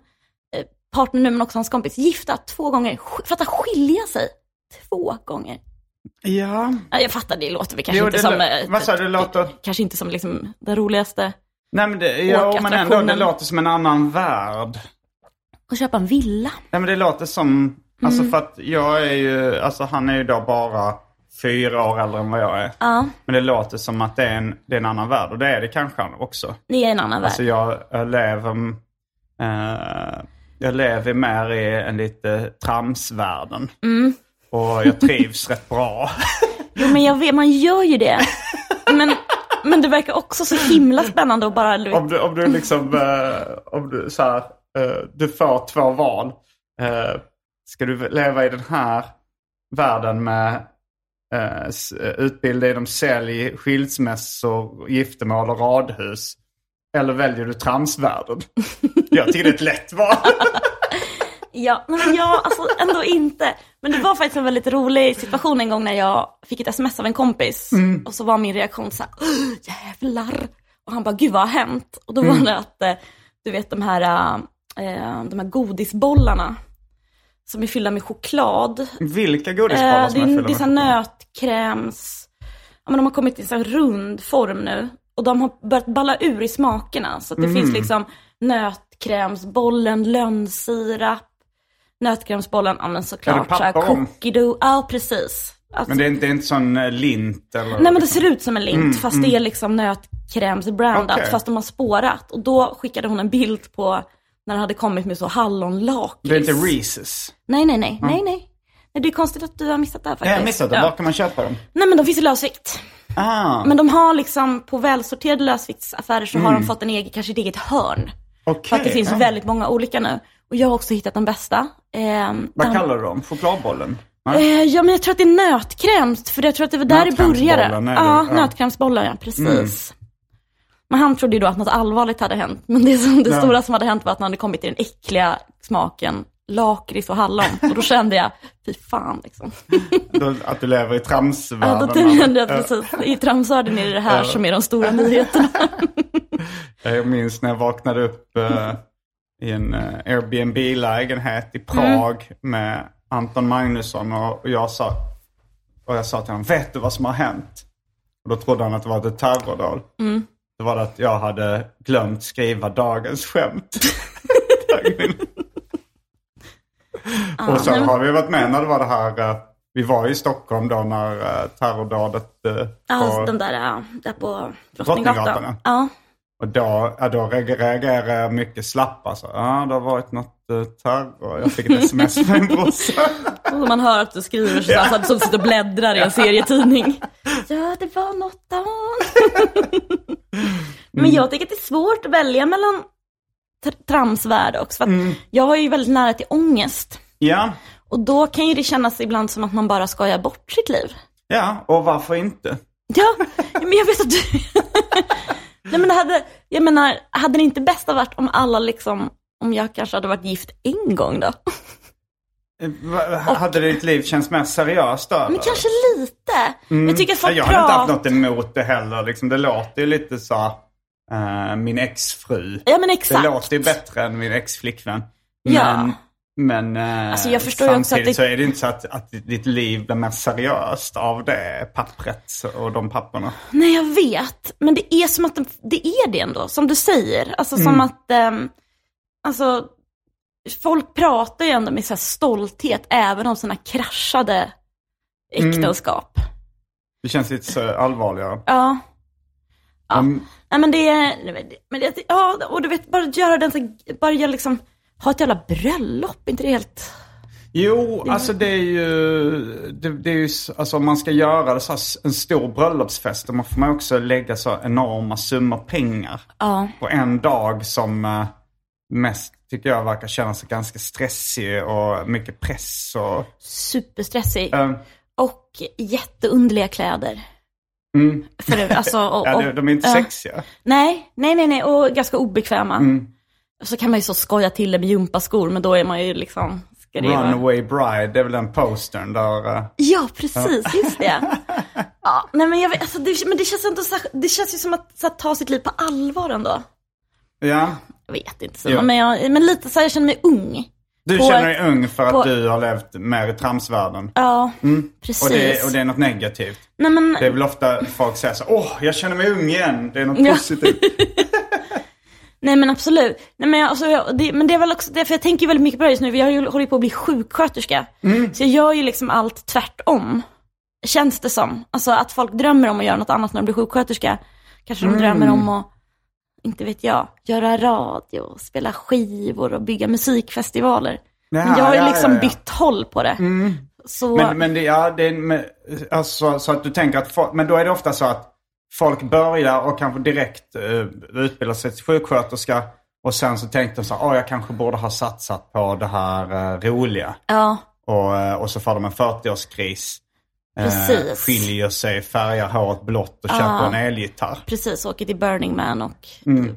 Speaker 3: eh, partnern nu men också hans kompis. Gifta två gånger. Sk- Fatta skilja sig två gånger.
Speaker 2: Ja.
Speaker 3: Nej, jag fattar, det låter väl kanske
Speaker 2: Jo,
Speaker 3: inte
Speaker 2: det
Speaker 3: som...
Speaker 2: lå-
Speaker 3: eh,
Speaker 2: vad sa du, det låter-
Speaker 3: Kanske inte som liksom det roligaste.
Speaker 2: Nej men det, jo, men ändå, det
Speaker 3: attraktionen.
Speaker 2: låter som en annan värld.
Speaker 3: Att köpa en villa.
Speaker 2: Nej men det låter som, alltså
Speaker 3: Mm.
Speaker 2: för att jag är ju, alltså han är ju då bara fyra år äldre än vad jag är.
Speaker 3: Ja,
Speaker 2: Men det låter som att det är en, det är en annan värld och det är det kanske också.
Speaker 3: det är en annan
Speaker 2: Alltså
Speaker 3: värld.
Speaker 2: jag, jag lever, eh, jag lever mer i en lite tramsvärlden.
Speaker 3: Mm.
Speaker 2: Och jag trivs rätt bra. [LAUGHS]
Speaker 3: Jo, men jag vet, man gör ju det. [LAUGHS] Men, men det verkar också så himla spännande att bara... du vet-
Speaker 2: Om du, om du liksom, eh, om du så här, eh, du får två val. Eh, ska du leva i den här världen med eh, s- eh, utbildning inom sälj, skilsmässor, giftermål och radhus?
Speaker 3: [LAUGHS]
Speaker 2: Eller väljer du tramsvärlden? Jag tycker det är ett lätt val.
Speaker 3: Ja, nej, men jag, alltså ändå inte. Men det var faktiskt en väldigt rolig situation en gång när jag fick ett sms av en kompis.
Speaker 2: Mm.
Speaker 3: Och så var min reaktion så här, "Åh, jävlar. Och han bara, gud vad har hänt? Och då
Speaker 2: Mm.
Speaker 3: var det att, eh, du vet de här, eh, de här godisbollarna. Som är fyllda med choklad.
Speaker 2: Vilka
Speaker 3: Eh,
Speaker 2: godisbollar som
Speaker 3: det är,
Speaker 2: är
Speaker 3: det är
Speaker 2: fyllda
Speaker 3: så här
Speaker 2: med choklad?
Speaker 3: nötkräms, ja, men de har kommit i så här rund form nu. Och de har börjat balla ur i smakerna. Så att det
Speaker 2: Mm.
Speaker 3: finns liksom nötkrämsbollen, lönnsirap, nötkrämsbollen, ja men
Speaker 2: Är
Speaker 3: såklart
Speaker 2: det
Speaker 3: så här
Speaker 2: papper om?
Speaker 3: cookido, ja precis. Alltså,
Speaker 2: Men det är inte, det är inte sån eh, lint eller?
Speaker 3: Nej men det ser ut som en lint fast det är liksom nötkrämsbrandat
Speaker 2: mm. Okej.
Speaker 3: fast de har spårat. Och då skickade hon en bild på när det hade kommit med så hallonlakrits.
Speaker 2: det är inte Reeses.
Speaker 3: Nej nej nej, nej nej. Nej, Det är konstigt att du har missat det här faktiskt.
Speaker 2: Jag har missat det.
Speaker 3: Ja.
Speaker 2: Var kan man köpa dem?
Speaker 3: Nej men de finns i lösvikt.
Speaker 2: Ah,
Speaker 3: Men de har liksom på välsorterade lösviktsaffärer så har de fått en egen, kanske ett eget hörn. För
Speaker 2: Mm. okej.
Speaker 3: att det finns
Speaker 2: ja.
Speaker 3: väldigt många olika nu. Och jag har också hittat den bästa. Ehm,
Speaker 2: Vad
Speaker 3: den-
Speaker 2: kallar du dem? Chokladbollen?
Speaker 3: Eh, ja men jag tror att det är nötkräms, för jag tror att det var där det började.
Speaker 2: Nötkrämsbollen, eller?
Speaker 3: Ja,
Speaker 2: Ja. Mm.
Speaker 3: nötkrämsbollar ja, precis. Men han trodde ju då att något allvarligt hade hänt. Men det, som, det
Speaker 2: Ja.
Speaker 3: stora som hade hänt var att han hade kommit till den äckliga smaken lakrits och hallon. Och då kände jag, fy fan liksom.
Speaker 2: Då- Att du lever i
Speaker 3: Ja, [LAUGHS] då
Speaker 2: tramsvärlden?
Speaker 3: tänkte jag precis, i tramsvärlden är det det här som är de stora nyheterna.
Speaker 2: Ja, Eh, Jag minns när jag vaknade upp eh, i en eh, Airbnb-lägenhet i Prag med Anton Magnusson och, och jag sa och jag sa till honom, vet du vad som har hänt? Och då trodde han att det var ett terrordåd. Det var det att jag hade glömt skriva dagens skämt. och sen har vi varit med när det var det här, eh, vi var i Stockholm då när eh, terrordådet eh,
Speaker 3: Ja,
Speaker 2: på-
Speaker 3: den där, eh, där på Drottninggatan.
Speaker 2: Drottninggatan,
Speaker 3: Ja.
Speaker 2: Och då, ja, då reag- reagerar jag mycket slapp alltså. Ja, det har varit något eh, terror. Jag fick
Speaker 3: [LAUGHS]
Speaker 2: ett sms från en brorsa.
Speaker 3: Och Oh, man hör att du skriver så här, så att du sitter och bläddrar i en [LAUGHS] serietidning. Ja, det var något då. [LAUGHS] Men jag tycker att det är svårt att välja mellan tr- tramsvärd också. För att Jag har ju väldigt nära till ångest.
Speaker 2: ja,
Speaker 3: Och då kan ju det kännas ibland som att man bara skojar bort sitt liv.
Speaker 2: ja, och varför inte?
Speaker 3: [LAUGHS] Ja, men jag vet att du... [LAUGHS] Nej men det hade, jag menar, hade det inte bästa varit om alla liksom, om jag kanske hade varit gift en gång då?
Speaker 2: Eh, va- Hade ditt liv känts mer seriöst då?
Speaker 3: Men
Speaker 2: eller?
Speaker 3: kanske lite. Jag tycker att folk
Speaker 2: Mm. jag hade inte haft
Speaker 3: pratar...
Speaker 2: något emot det heller. Liksom, det låter ju lite så eh, min exfru.
Speaker 3: Ja men
Speaker 2: Det
Speaker 3: exakt.
Speaker 2: låter ju bättre än min ex-flickvän.
Speaker 3: Ja.
Speaker 2: Men eh,
Speaker 3: Alltså, jag förstår ju också att
Speaker 2: samtidigt så
Speaker 3: det-
Speaker 2: är det inte så att, att ditt liv blir mer seriöst av det pappret och de papperna.
Speaker 3: Nej jag vet, men det är som att de, det är det ändå, som du säger. Alltså
Speaker 2: Mm.
Speaker 3: som att, ehm, alltså, folk pratar ju ändå med så här stolthet även om sina kraschade
Speaker 2: Mm.
Speaker 3: äktenskap.
Speaker 2: Det känns lite så allvarligare.
Speaker 3: Ja. Ja.
Speaker 2: Mm.
Speaker 3: Nej men det är, nej, men det- men det, ja och du vet bara göra den så, här- bara göra liksom, ha ett jävla bröllop, inte det helt...
Speaker 2: Jo, alltså det är ju, det, det är ju s- alltså om man ska göra det så här, s- en stor bröllopsfest, då man får man också lägga så enorma summor pengar
Speaker 3: Ja.
Speaker 2: på en dag som eh, mest tycker jag verkar kännas ganska stressig och mycket press och...
Speaker 3: Superstressig.
Speaker 2: eh,
Speaker 3: Och jätteunderliga kläder.
Speaker 2: Mm.
Speaker 3: För det, alltså,
Speaker 2: [LAUGHS]
Speaker 3: och,
Speaker 2: ja, det-
Speaker 3: och-
Speaker 2: de är inte
Speaker 3: ja.
Speaker 2: sexiga.
Speaker 3: Nej, nej, nej, nej, och ganska obekväma.
Speaker 2: Mm.
Speaker 3: Så kan man ju så skoja till det med gympaskor, men då är man ju liksom... Ska det vara-
Speaker 2: Runaway Bride, det är väl den postern där... eh,
Speaker 3: Ja, precis,
Speaker 2: [LAUGHS]
Speaker 3: just det. Ja, nej, men, jag vet, alltså, det, men det känns ändå så, det känns ju som att så här, ta sitt liv på allvar ändå.
Speaker 2: ja.
Speaker 3: Jag vet inte,
Speaker 2: Ja.
Speaker 3: Simon, men, jag, men lite så här, jag känner mig ung.
Speaker 2: Du
Speaker 3: På
Speaker 2: känner
Speaker 3: ett-
Speaker 2: dig ung för
Speaker 3: på-
Speaker 2: att du har levt mer i tramsvärlden.
Speaker 3: Ja,
Speaker 2: Mm. Och
Speaker 3: precis.
Speaker 2: det, och det är något negativt.
Speaker 3: Nej, men,
Speaker 2: Det är väl ofta folk säger så åh, jag känner mig ung igen. Det är något
Speaker 3: Ja.
Speaker 2: positivt.
Speaker 3: nej, men absolut. Nej, men, jag- alltså, jag, det, men det är väl också det, för jag tänker ju väldigt mycket på det här just nu, jag har ju- håller ju på att bli sjuksköterska.
Speaker 2: Mm.
Speaker 3: Så jag gör ju liksom allt tvärtom. känns det som. Alltså att folk drömmer om att göra något annat när de blir sjuksköterska. Kanske
Speaker 2: Mm.
Speaker 3: de drömmer om att, inte vet jag, göra radio, spela skivor och bygga musikfestivaler. men
Speaker 2: Ja,
Speaker 3: [LAUGHS] jag har ju
Speaker 2: ja,
Speaker 3: liksom
Speaker 2: ja, ja.
Speaker 3: bytt håll på det. Så,
Speaker 2: Men, men det, ja, det är, men, alltså, så att du tänker att, folk, men då är det ofta så att folk börjar och kanske direkt uh, utbildar sig till sjuksköterska. Och sen så tänkte de så här, åh, jag kanske borde ha satsat på det här eh, roliga.
Speaker 3: ja,
Speaker 2: Och, eh, och så får de en 40-årskris. eh,
Speaker 3: Precis.
Speaker 2: skiljer sig, färgar håret blått och köper en elgitarr. Mm.
Speaker 3: precis. Åker till Burning Man och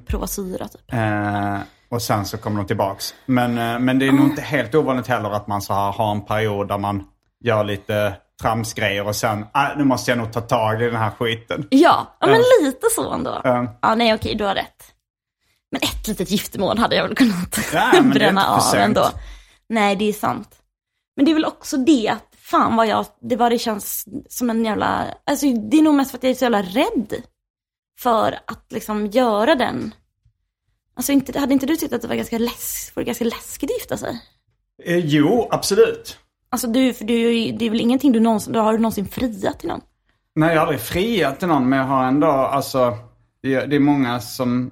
Speaker 3: prova syra typ.
Speaker 2: Eh, Och sen så kommer de tillbaks. Men, eh, men det är
Speaker 3: Ah.
Speaker 2: nog inte helt ovanligt heller att man så här har en period där man gör lite tramsgrejer och sen, ah, nu måste jag nog ta tag i den här skiten. Eh,
Speaker 3: Ja, ja men lite så ändå.
Speaker 2: Ja.
Speaker 3: Ja, nej okej, du har rätt. Men ett litet giftermål hade jag väl kunnat
Speaker 2: Ja,
Speaker 3: [LAUGHS]
Speaker 2: men det är
Speaker 3: bränna
Speaker 2: inte för
Speaker 3: av
Speaker 2: sent.
Speaker 3: ändå. Nej, det är sant. Men det är väl också det att, fan vad jag, det bara det känns som en jävla, alltså det är nog mest för att jag är så jävla rädd för att liksom göra den. Alltså inte, hade inte du tyckt att det var ganska, läsk, var det ganska läskigt att gifta sig?
Speaker 2: Eh, jo, absolut.
Speaker 3: Alltså du, för du, är ju- det är väl ingenting du någonsin, har du någonsin friat till någon?
Speaker 2: Nej, jag har aldrig friat till någon, men jag har ändå, alltså, det, det är många som...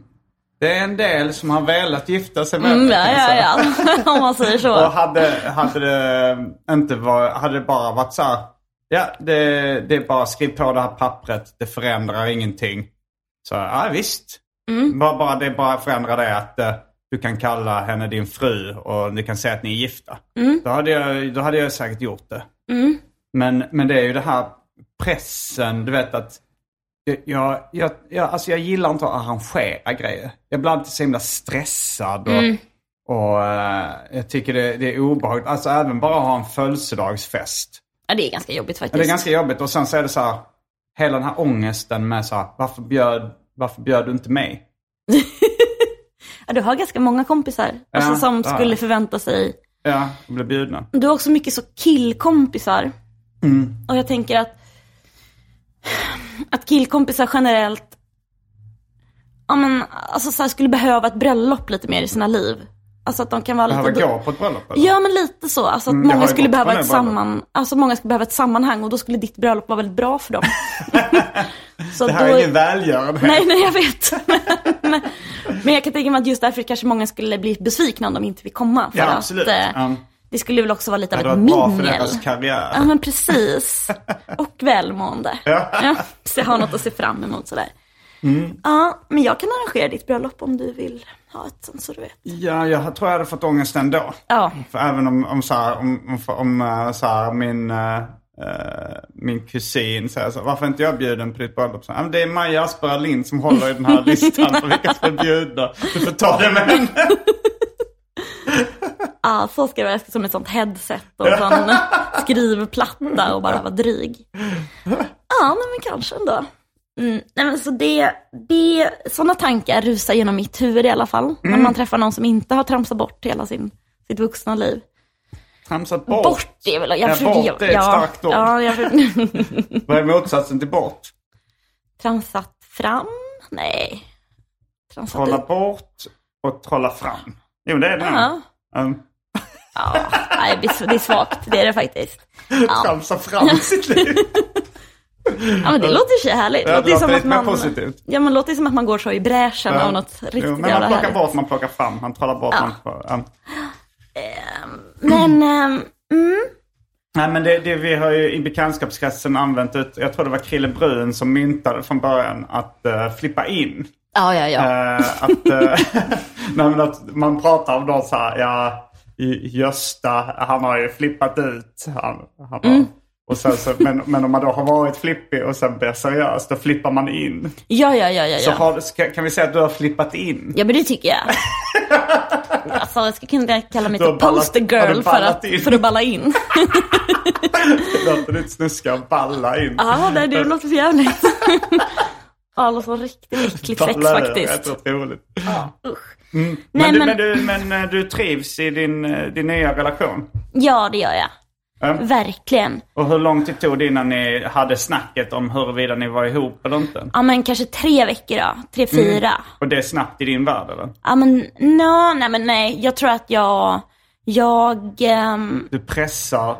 Speaker 2: Det är en del som har velat gifta sig med
Speaker 3: Mm,
Speaker 2: mig,
Speaker 3: ja,
Speaker 2: kan jag
Speaker 3: ja,
Speaker 2: säga.
Speaker 3: ja, [LAUGHS] om man säger så.
Speaker 2: Och hade, hade det inte var, hade det bara varit så här, ja det, det är bara skriv på det här pappret, det förändrar ingenting. Så ja visst. Bara, bara, det bara förändrar det att eh, du kan kalla henne din fru och du kan säga att ni är gifta. Då, hade jag, då hade jag säkert gjort det. Men, men det är ju det här pressen, du vet att det- jag, jag, jag, alltså jag gillar inte att arrangera grejer. Jag blir alltid så himla stressad. Och, och eh, jag tycker det, det är obehagligt. Alltså även bara ha en födelsedagsfest.
Speaker 3: Ja, det är ganska jobbigt faktiskt.
Speaker 2: Det är ganska jobbigt. Och sen så är det så här, hela den här ångesten med så här, varför bjöd, varför bjöd du inte mig?
Speaker 3: Ja, du har ganska många kompisar alltså,
Speaker 2: Ja,
Speaker 3: som
Speaker 2: ja.
Speaker 3: skulle förvänta sig.
Speaker 2: Ja, jag blev bjudna.
Speaker 3: Du har också mycket så killkompisar.
Speaker 2: Mm.
Speaker 3: Och jag tänker att, att killkompisar generellt ja, men, alltså, så här, skulle behöva ett bröllop lite mer i sina liv. Alltså att de kan vara
Speaker 2: Behöver
Speaker 3: lite...
Speaker 2: gå på ett bröllop eller?
Speaker 3: Ja men lite så, alltså att
Speaker 2: Mm, jag har
Speaker 3: många
Speaker 2: ju
Speaker 3: skulle
Speaker 2: gått
Speaker 3: behöva
Speaker 2: på
Speaker 3: ett
Speaker 2: några bröllop.
Speaker 3: samman... alltså, många skulle behöva ett sammanhang och då skulle ditt bröllop vara väldigt
Speaker 2: [LAUGHS]
Speaker 3: bra för dem. så
Speaker 2: Det här
Speaker 3: då-
Speaker 2: är ingen välgörenhet.
Speaker 3: Nej, nej jag vet. [LAUGHS] men, men jag kan tänka mig att just därför kanske många skulle bli besvikna om de inte fick komma. För
Speaker 2: Ja,
Speaker 3: att,
Speaker 2: absolut.
Speaker 3: eh,
Speaker 2: Ja.
Speaker 3: Det skulle väl också vara lite
Speaker 2: Det
Speaker 3: av
Speaker 2: hade
Speaker 3: ett
Speaker 2: varit bra för
Speaker 3: mingel.
Speaker 2: deras karriär.
Speaker 3: Ja
Speaker 2: [LAUGHS]
Speaker 3: men precis. Och välmående. ja, så jag har något att se fram emot sådär.
Speaker 2: Mm.
Speaker 3: Ja, men jag kan arrangera ditt bröllop om du vill ha ett sånt så du vet.
Speaker 2: Ja, jag tror jag hade fått ångest ändå.
Speaker 3: Ja,
Speaker 2: För även om, om, så här, om, om, om eh, så här, min, eh, eh, min kusin säger så här, varför är inte jag bjuden på ditt bröllop? Så, här, "Ja, men det är Maja Aspberg Lind som håller i den
Speaker 3: [LAUGHS]
Speaker 2: här listan på vilka som är bjudna. Du får ta det med henne.
Speaker 3: ja så ska det vara. Jag ska som ett sånt headset och en sån skrivplatta och bara vara dryg. Ja, nej, men kanske ändå. Mm, nej, men så det, det, sådana tankar rusar genom mitt huvud i alla fall.
Speaker 2: Mm.
Speaker 3: När man träffar någon som inte har tramsat bort hela sin, sitt vuxna liv.
Speaker 2: Tramsat bort.
Speaker 3: Bort är väl... Jag
Speaker 2: Ja,
Speaker 3: försöker-
Speaker 2: bort är ett
Speaker 3: ja,
Speaker 2: starkt ord.
Speaker 3: Ja, jag försöker- [LAUGHS]
Speaker 2: Vad är motsatsen till bort?
Speaker 3: Transat fram? Nej. Transat
Speaker 2: Trolla
Speaker 3: ut?
Speaker 2: bort och trolla fram. Jo, det är det.
Speaker 3: Ja.
Speaker 2: Um,
Speaker 3: Ja, nej, det är- det är svagt. Det är det faktiskt.
Speaker 2: tramsa fram sitt liv.
Speaker 3: Ja, men det låter i och för sig härligt.
Speaker 2: Ja, det
Speaker 3: ju
Speaker 2: låter lite mer positivt.
Speaker 3: Ja, men låter ju som att man går så i bräschen [LAUGHS] av något riktigt
Speaker 2: jo, men man
Speaker 3: jävla
Speaker 2: plockar
Speaker 3: härligt.
Speaker 2: bort, man plockar fram. Man trollar bort, man trollar, um.
Speaker 3: Men, ehm, mm,
Speaker 2: Nej men det, det vi har ju i bekantskapskretsen använt ut, jag tror det var Krille Brun som myntade från början att eh, flippa in.
Speaker 3: ja, ja, ja.
Speaker 2: Eh, att, eh, [LAUGHS] nej, men att man pratar om någon så här, ja J- Gösta han har ju flippat ut. Han, han har,
Speaker 3: Mm.
Speaker 2: och sen, så, men, men om man då har varit flippig och sen blir seriös då flippar man in.
Speaker 3: Ja, ja, ja, ja.
Speaker 2: Så
Speaker 3: Ja,
Speaker 2: har, ska, kan vi säga att du har flippat in? [LAUGHS]
Speaker 3: ja men det tycker jag. Alltså, jag skulle kunna kalla mig
Speaker 2: Du har
Speaker 3: för poster
Speaker 2: ballat- har
Speaker 3: girl
Speaker 2: du
Speaker 3: för
Speaker 2: ballat
Speaker 3: att,
Speaker 2: in?
Speaker 3: för att
Speaker 2: [LAUGHS]
Speaker 3: balla in.
Speaker 2: Låter ditt snuska balla in.
Speaker 3: Ja, nej, det låter
Speaker 2: [LAUGHS]
Speaker 3: för jävligt. Ja, det låter som riktigt äckligt sex
Speaker 2: Ballar ur,
Speaker 3: faktiskt.
Speaker 2: Det är roligt.
Speaker 3: Usch.
Speaker 2: Men,
Speaker 3: Nej,
Speaker 2: du,
Speaker 3: men-
Speaker 2: men... du, men eh, du trivs i din, eh, din nya relation?
Speaker 3: Ja, det gör jag.
Speaker 2: Ja.
Speaker 3: Verkligen.
Speaker 2: Och hur lång tid tog det innan ni hade snacket om huruvida ni var ihop eller inte?
Speaker 3: Ja, men kanske tre veckor då. Tre,
Speaker 2: Mm.
Speaker 3: fyra.
Speaker 2: Och det är snabbt i din värld eller?
Speaker 3: Ja, men no, nej, men nej. Jag tror att jag, jag, ehm,
Speaker 2: Du pressar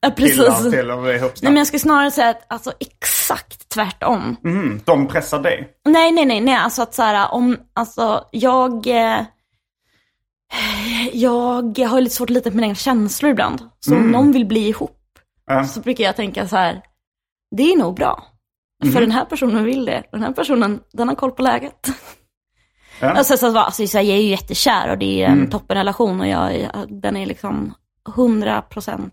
Speaker 3: ja,
Speaker 2: killar
Speaker 3: precis.
Speaker 2: till att vara ihop
Speaker 3: Nej,
Speaker 2: snabbt.
Speaker 3: men jag skulle snarare säga att alltså, exakt tvärtom.
Speaker 2: Mm, de pressar dig.
Speaker 3: Nej, nej, nej, nej, alltså att så här, om, alltså jag, eh, jag har ju lite svårt att lita på mina egna känslor ibland. Så om någon vill bli ihop
Speaker 2: Mm. Ja.
Speaker 3: så brukar jag tänka så här, det är nog bra. För
Speaker 2: Mm.
Speaker 3: den här personen vill det, den här personen, den har koll på läget.
Speaker 2: Ja. Mm.
Speaker 3: Alltså, så, att vara- alltså, så här, jag är ju jättekär och det är en toppenrelation och jag, är- den är liksom 100%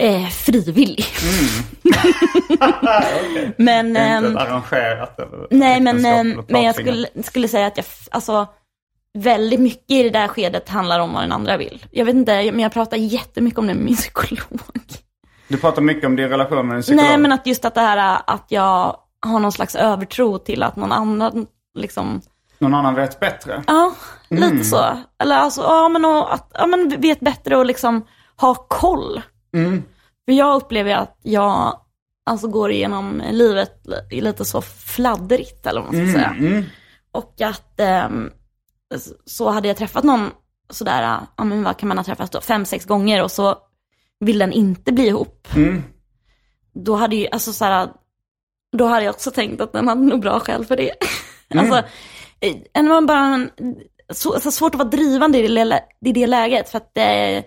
Speaker 3: Eh, frivillig. [LAUGHS] men, ehm,
Speaker 2: Inte arrangerat eller
Speaker 3: nej men,
Speaker 2: äktenskap
Speaker 3: ehm,
Speaker 2: eller
Speaker 3: men jag
Speaker 2: parting.
Speaker 3: skulle, skulle säga att jag, f- alltså, väldigt mycket i det där skedet handlar om vad den andra vill. Jag vet inte, men jag pratar jättemycket om det med min psykolog.
Speaker 2: Du pratar mycket om din relation med din psykolog.
Speaker 3: Nej, men att just att det här att jag har någon slags övertro till att någon annan liksom,
Speaker 2: Någon annan vet bättre.
Speaker 3: ja, lite så. Eller alltså, ja men, och, att, ja men vet bättre och liksom ha koll. För jag upplever ju att jag alltså går igenom livet li- lite så fladdrigt eller vad man ska säga. Och att ehm, s- så hade jag träffat någon sådär, ja men vad kan man ha träffat då, fem, sex gånger och så vill den inte bli ihop.
Speaker 2: Mm.
Speaker 3: Då hade ju, alltså såhär, då hade jag också tänkt att den hade nog bra skäl för det.
Speaker 2: Mm.
Speaker 3: alltså, eh, en var bara, en- så, så svårt att vara drivande i det, lilla- i det läget för att eh,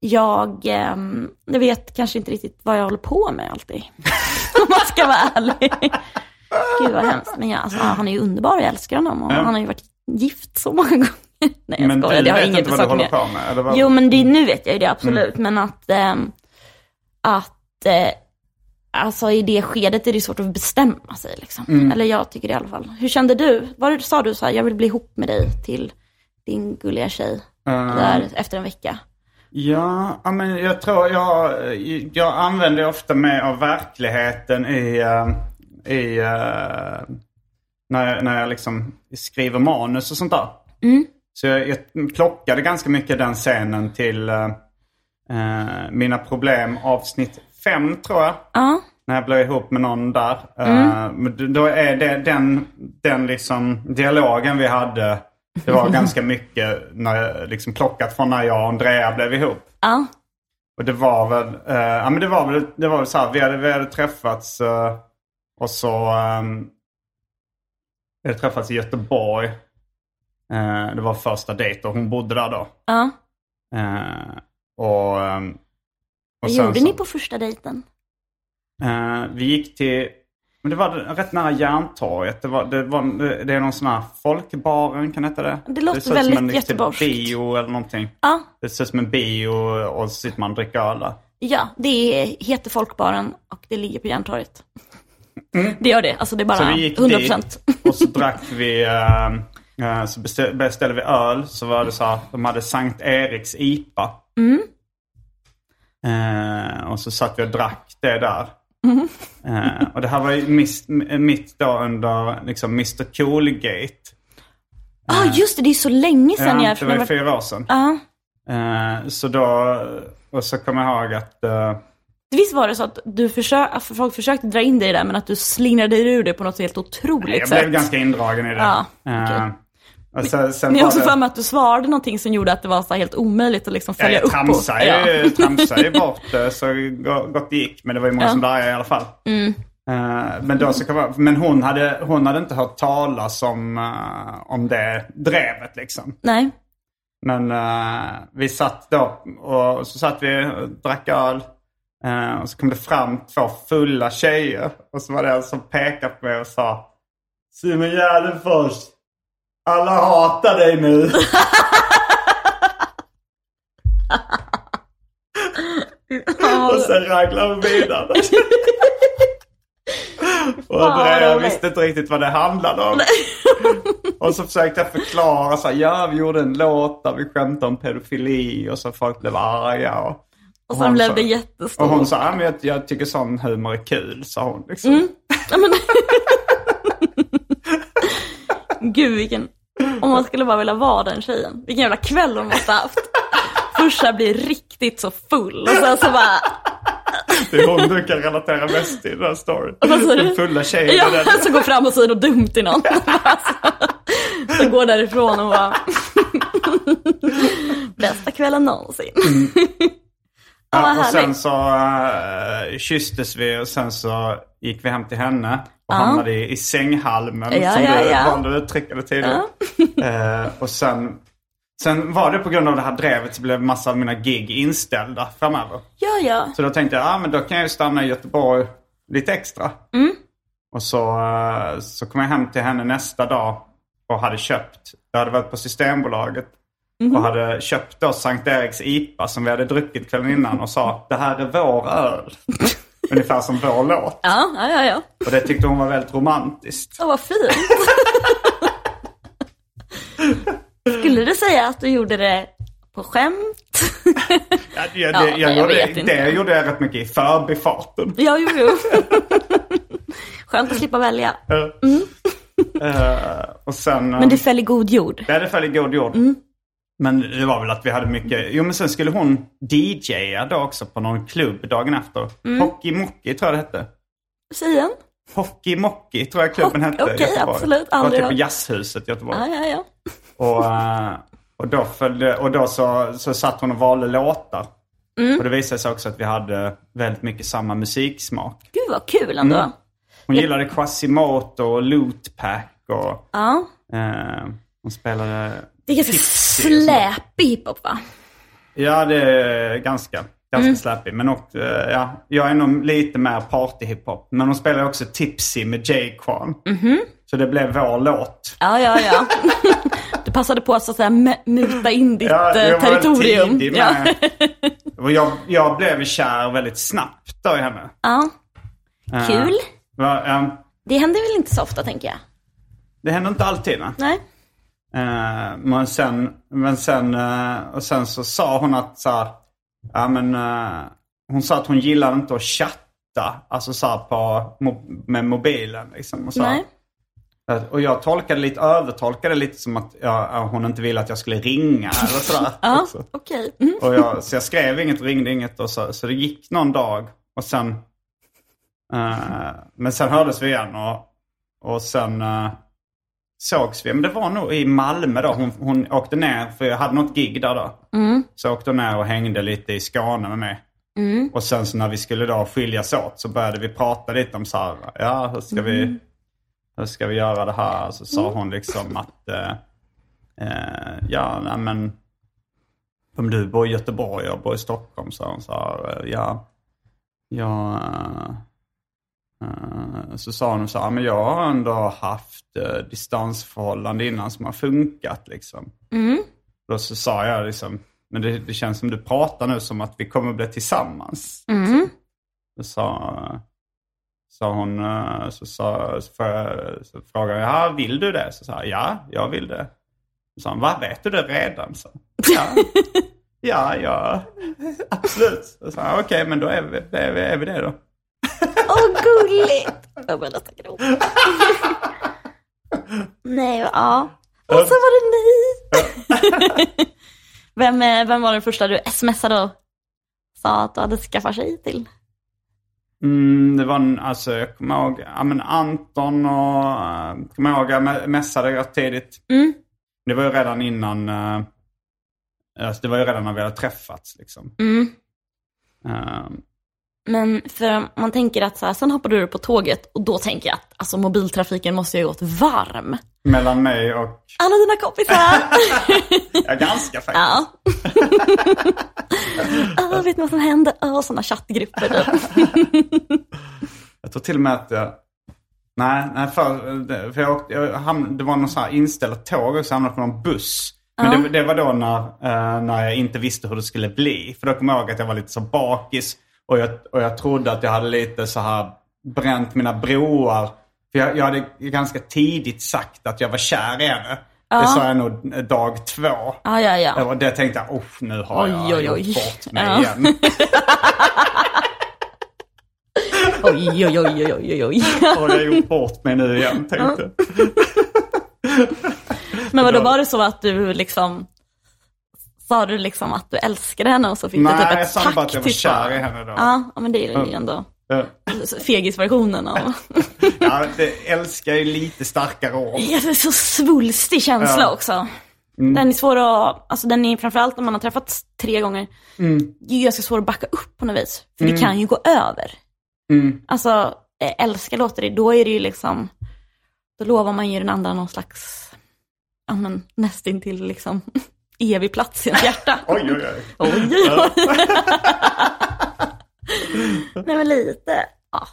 Speaker 3: jag, ehm, jag vet kanske inte riktigt vad jag håller på med alltid. [LAUGHS] Om man ska vara ärlig. Gud vad hemskt. Men jag, alltså, han är ju underbar och jag älskar honom. Och Han har ju varit gift så många gånger. [LAUGHS] Nej jag
Speaker 2: men
Speaker 3: skojar,
Speaker 2: du
Speaker 3: det har
Speaker 2: vet
Speaker 3: inget
Speaker 2: inte
Speaker 3: med
Speaker 2: vad du
Speaker 3: saken att
Speaker 2: håller
Speaker 3: göra.
Speaker 2: på med? Eller vad?
Speaker 3: Jo men det, nu vet jag ju det absolut,
Speaker 2: Mm.
Speaker 3: men att, ehm, att eh, alltså i det skedet är det svårt att bestämma sig liksom.
Speaker 2: Mm.
Speaker 3: Eller jag tycker det i alla fall. Hur kände du? Var det, sa du så här, jag vill bli ihop med dig till din gulliga tjej
Speaker 2: Eh,
Speaker 3: där efter en vecka?
Speaker 2: Ja, ja, men jag tror jag, jag använder ju ofta mig av verkligheten i, eh, i eh, när, jag, när jag liksom skriver manus och sånt där. Så jag, jag plockade ganska mycket den scenen till eh, eh, Mina problem avsnitt fem tror jag.
Speaker 3: Ja,
Speaker 2: När jag blev ihop med någon där. Eh, men d- då är det den, den liksom dialogen vi hade. Det var ganska mycket när, liksom plockat från när jag och Andrea blev ihop.
Speaker 3: ja,
Speaker 2: Och det var väl, eh, ja men det var väl, det var väl så här, vi hade, vi hade träffats eh, och så ehm, vi hade träffats i Göteborg. Eh, det var första dejt och hon bodde där då.
Speaker 3: ja.
Speaker 2: Eh, och, ehm, och
Speaker 3: Vad
Speaker 2: sen
Speaker 3: gjorde
Speaker 2: så-
Speaker 3: ni på första dejten?
Speaker 2: Eh, vi gick till, men det var rätt nära Järntorget. Det, var, det, var, det är någon sån här folkbaren, kan det heta det?
Speaker 3: Det
Speaker 2: ser
Speaker 3: låter
Speaker 2: ut som
Speaker 3: väldigt
Speaker 2: en riktig
Speaker 3: göteborgskt.
Speaker 2: bio eller någonting.
Speaker 3: Ja,
Speaker 2: Det ser ut som en bio och så sitter man och dricker öl där.
Speaker 3: ja det är- heter Folkbaren och det ligger på Järntorget. Det gör det, alltså det är bara
Speaker 2: Mm. Så vi gick
Speaker 3: 100%.
Speaker 2: dit och så drack vi, eh, eh, så bestä- beställde vi öl. Så var det så här, de hade Sankt Eriks IPA.
Speaker 3: Mm.
Speaker 2: Eh, och så satt vi och drack det där.
Speaker 3: Mm.
Speaker 2: Eh, och det här var ju mis- m- mitt då under liksom Mr Coolgate.
Speaker 3: Ja, ah, just det, det är så länge sedan
Speaker 2: Ja,
Speaker 3: jag...
Speaker 2: det var ju fyra år sedan.
Speaker 3: Ja.
Speaker 2: Eh, så då, och så kommer jag ihåg att eh,
Speaker 3: Visst var det så att du försö- att folk försökte dra in dig där men att du slingrade dig ur det på något helt otroligt
Speaker 2: jag
Speaker 3: sätt?
Speaker 2: blev ganska indragen i det.
Speaker 3: Ja,
Speaker 2: Eh,
Speaker 3: okej.
Speaker 2: och sen, sen
Speaker 3: Men jag har
Speaker 2: var
Speaker 3: också
Speaker 2: det-
Speaker 3: för mig att du svarade någonting som gjorde att det var så här helt omöjligt att liksom
Speaker 2: Ja,
Speaker 3: följa
Speaker 2: jag
Speaker 3: upp.
Speaker 2: tramsade
Speaker 3: och, ja.
Speaker 2: ju, tramsade ju bort eh, så go- gott det gick. Men det var ju många
Speaker 3: Ja. Mm.
Speaker 2: som darrade i alla fall. Eh, Men, då så kom jag, men hon, hade, hon hade inte hört talas om, eh, om det drevet liksom.
Speaker 3: Nej.
Speaker 2: Men eh, vi satt då och så satt vi och drack öl. eh, och så kom det fram två fulla tjejer. Och så var det en som pekade på mig och sa Simon Gärdenfors, Alla hatar dig nu. [LAUGHS] Och sen raglar hon
Speaker 3: [LAUGHS]
Speaker 2: vidare. Och
Speaker 3: Fan, vad
Speaker 2: Andrea
Speaker 3: roligt.
Speaker 2: visste inte riktigt vad det handlade om.
Speaker 3: [LAUGHS]
Speaker 2: Och så försökte jag förklara så här, ja vi gjorde en låt där vi skämtade om pedofili och så folk blev arga. Och,
Speaker 3: Och
Speaker 2: hon
Speaker 3: sen
Speaker 2: sa-
Speaker 3: blev det jättestort.
Speaker 2: och hon sa, ja, men jag, jag tycker sån humor är kul, sa hon. Liksom.
Speaker 3: Mm. Ja, men... [LAUGHS] Gud vilken... Om man skulle bara vilja vara den tjejen. Vilken jävla kväll hon måste ha haft. Först så här blir riktigt så full och sen så bara...
Speaker 2: Det är hon du kan relatera mest till den här storyn.
Speaker 3: Vad sa du?
Speaker 2: Den fulla tjejen.
Speaker 3: Ja,
Speaker 2: i den.
Speaker 3: så går fram och säger något dumt till någon. Alltså, Så går därifrån och bara... [LAUGHS] Bästa kvällen någonsin. Ja, vad
Speaker 2: och sen
Speaker 3: härligt.
Speaker 2: så eh, kysstes vi och sen så gick vi hem till henne och hamnade i, i sänghalmen
Speaker 3: Ja,
Speaker 2: som
Speaker 3: ja,
Speaker 2: du
Speaker 3: ja.
Speaker 2: valde att uttrycka det tidigare.
Speaker 3: [LAUGHS]
Speaker 2: Eh, och sen, sen var det på grund av det här drevet så blev massa av mina gig inställda framöver.
Speaker 3: Ja, ja.
Speaker 2: Så då tänkte jag, ah, men då kan jag ju stanna i Göteborg lite extra.
Speaker 3: Mm.
Speaker 2: Och så, eh, så kom jag hem till henne nästa dag och hade köpt, jag hade varit på Systembolaget
Speaker 3: Mhm.
Speaker 2: och hade köpt då Sankt Eriks IPA som vi hade druckit kvällen innan och sa, det här är vår
Speaker 3: [LAUGHS]
Speaker 2: öl. Ungefär som vår låt.
Speaker 3: Ja, ja, ja. ja.
Speaker 2: Och det tyckte hon var väldigt romantiskt.
Speaker 3: Åh, vad fint. [LAUGHS] Skulle du säga att du gjorde det på skämt?
Speaker 2: Ja, det, ja,
Speaker 3: Ja,
Speaker 2: det, jag
Speaker 3: jag vet
Speaker 2: gjorde,
Speaker 3: inte.
Speaker 2: det gjorde jag rätt mycket i förbifarten.
Speaker 3: Ja, jo, jo. [LAUGHS] Skönt att slippa välja.
Speaker 2: Eh, och sen,
Speaker 3: Men det föll i god jord.
Speaker 2: Det hade fallit god jord.
Speaker 3: Mm.
Speaker 2: Men det var väl att vi hade mycket. Jo men sen skulle hon DJa då också på någon klubb dagen efter.
Speaker 3: Mm.
Speaker 2: Hockey Mockey tror jag det hette.
Speaker 3: Tjejen?
Speaker 2: Hockey Mockey tror jag klubben
Speaker 3: Hock-
Speaker 2: hette. i
Speaker 3: okej,
Speaker 2: Göteborg.
Speaker 3: absolut.
Speaker 2: Det var
Speaker 3: Aldrig
Speaker 2: typ på
Speaker 3: hört.
Speaker 2: jazzhuset i Göteborg.
Speaker 3: Ja, ja, ja.
Speaker 2: Och, eh, och då, följde, och då så, så satt hon och valde låtar.
Speaker 3: Mm.
Speaker 2: Och det visade sig också att vi hade väldigt mycket samma musiksmak.
Speaker 3: Gud vad kul ändå.
Speaker 2: Hon gillade Quasimoto och Lootpack och
Speaker 3: Ja.
Speaker 2: eh, hon spelade
Speaker 3: Det är ganska
Speaker 2: och sånt.
Speaker 3: släpig hiphop va?
Speaker 2: Ja, det är ganska,
Speaker 3: Mm.
Speaker 2: ganska slappig. Men också, eh, ja, jag är nog lite mer partyhiphop. Men hon spelar också Tipsy med J-Kwan.
Speaker 3: Mhm.
Speaker 2: Så det blev vår låt.
Speaker 3: Ja,
Speaker 2: [LAUGHS]
Speaker 3: ja, ja. Du passade på att så att säga m- muta in ditt
Speaker 2: Ja,
Speaker 3: eh,
Speaker 2: jag var
Speaker 3: territorium.
Speaker 2: tidig
Speaker 3: ja.
Speaker 2: med-
Speaker 3: [LAUGHS]
Speaker 2: Och jag, jag blev kär väldigt snabbt då i henne.
Speaker 3: ja,
Speaker 2: Eh,
Speaker 3: kul.
Speaker 2: va- ja,
Speaker 3: Det händer väl inte så ofta tänker jag.
Speaker 2: det händer inte alltid. Va?
Speaker 3: Nej.
Speaker 2: Eh, men sen, men sen, eh, och sen så sa hon att så här, ja men eh, hon sa att hon gillade inte att chatta, alltså så här på, mo- med mobilen liksom. Och, så här.
Speaker 3: Nej.
Speaker 2: Att- och jag tolkade lite, övertolkade lite som att ja, eh, hon inte ville att jag skulle ringa eller sådär.
Speaker 3: Ja,
Speaker 2: också.
Speaker 3: okej. Mm.
Speaker 2: Och jag, så jag skrev inget och ringde inget och så, så det gick någon dag och sen, eh, men sen hördes vi igen och, och sen eh, sågs vi. Men det var nog i Malmö då. Hon, hon åkte ner, för jag hade något gig där då. Så åkte hon ner och hängde lite i Skåne med mig. Och sen så när vi skulle då skiljas åt så började vi prata lite om så här, ja hur ska vi, hur ska vi göra det här? Så sa hon liksom att, eh, eh, ja nej, men om du bor i Göteborg och jag bor i Stockholm, sa hon så här, eh, ja, ja, eh, eh, så sa hon så här, men jag har ändå haft eh, distansförhållande innan som har funkat liksom. Då så sa jag liksom, men det, det känns som du pratar nu som att vi kommer bli tillsammans.
Speaker 3: Mm.
Speaker 2: Då sa, sa hon, eh, så, sa, så, frå- så frågade jag, "Ja, vill du det? Så sa jag, ja, jag vill det. Så sa hon, vad vet du det redan? Så, ja, ja, ja, absolut. Så sa jag, okej, men då är vi, är, vi, är vi det då.
Speaker 3: Åh, gulligt. [LAUGHS] Jag börjar nästan gråta. [LAUGHS] Nej, ja. Och så var det ni. [LAUGHS] vem, eh, vem var den första du smsade och sa att du hade skaffat tjej till?
Speaker 2: Mm, det var en, alltså, jag kommer ihåg, ja men Anton och, eh, kommer ihåg, jag mä- mässade rätt tidigt.
Speaker 3: Mm.
Speaker 2: Det var ju redan innan, eh, alltså, det var ju redan när vi hade träffats liksom.
Speaker 3: Mm.
Speaker 2: Eh,
Speaker 3: Men för om man tänker att så här, sen hoppar du upp på tåget och då tänker jag att alltså, mobiltrafiken måste ju ha gått varm.
Speaker 2: mellan mig och,
Speaker 3: Alla dina
Speaker 2: [LAUGHS]
Speaker 3: kompisar!
Speaker 2: ja
Speaker 3: [LAUGHS]
Speaker 2: ganska faktiskt.
Speaker 3: ja. ah, vet ni vad som hände? Ah, sådana chattgrupper typ.
Speaker 2: Jag tror till och med att jag, Nej, nej för, för jag, åkte, jag hamn, det var någon sån här inställt tåg och så hamnade jag på någon buss. Men det, det var då när, eh, när jag inte visste hur det skulle bli. För då kommer jag ihåg att jag var lite så bakis och jag, och jag trodde att jag hade lite så här bränt mina broar. För jag, jag hade ganska tidigt sagt att jag var kär i henne. Det sa jag nog dag två.
Speaker 3: Ja, ja, ja.
Speaker 2: Och det tänkte jag, oh, nu har
Speaker 3: Oj,
Speaker 2: jag
Speaker 3: oj, oj.
Speaker 2: gjort bort mig
Speaker 3: Ja.
Speaker 2: igen.
Speaker 3: Oj, oj, oj, oj, oj, oj. [LAUGHS]
Speaker 2: Har jag gjort bort mig nu igen, tänkte jag.
Speaker 3: Men vadå, var det så att du liksom, sa du liksom att du älskade henne och så fick du
Speaker 2: Nej,
Speaker 3: typ
Speaker 2: jag
Speaker 3: ett
Speaker 2: sa
Speaker 3: tack
Speaker 2: bara att jag var
Speaker 3: till svar?
Speaker 2: kär i henne då.
Speaker 3: Ja, ja, men det är ju ändå
Speaker 2: Eh,
Speaker 3: fegisversionen av...
Speaker 2: Ja, det älskar ju lite starkare ord.
Speaker 3: Ja, det är så svulstig känsla
Speaker 2: Ja.
Speaker 3: också. Den är svår att, alltså den är framförallt när man har träffats tre gånger, det är ju ganska svår att backa upp på något vis. För det kan ju gå över. Alltså, eh, älska låter det, då är det ju liksom, då lovar man ju den andra någon slags, ja men nästintill liksom, [LAUGHS] evig plats i ens hjärta.
Speaker 2: Oj, oj, oj.
Speaker 3: Oj, oj, [LAUGHS] oj. Nej men lite, ja.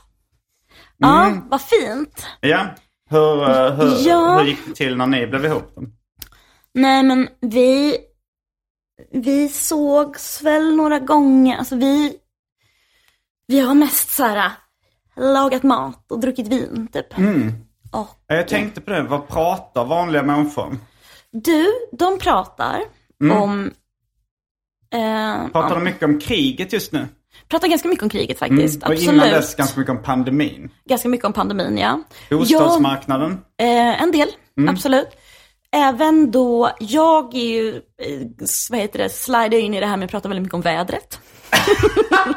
Speaker 3: Ja, vad fint.
Speaker 2: Ja. Hur, eh, hur,
Speaker 3: Ja.
Speaker 2: hur gick det till när ni blev ihop?
Speaker 3: Nej men vi, vi sågs väl några gånger, alltså vi, vi har mest så här lagat mat och druckit vin typ.
Speaker 2: Mm.
Speaker 3: Och
Speaker 2: Ja, Jag tänkte på det, vad pratar vanliga människor om?
Speaker 3: du, de pratar om, eh,
Speaker 2: Mm. Pratar
Speaker 3: ja,
Speaker 2: de mycket om kriget just nu?
Speaker 3: pratar ganska mycket om kriget faktiskt,
Speaker 2: Mm. Och innan
Speaker 3: Mm. absolut.
Speaker 2: dess ganska mycket om pandemin.
Speaker 3: Ganska mycket om pandemin ja. Jag-
Speaker 2: Bostadsmarknaden?
Speaker 3: Eh, en del, absolut. Även då, jag är ju, eh, vad heter det, slidar in i det här med att prata väldigt mycket om vädret. [LAUGHS]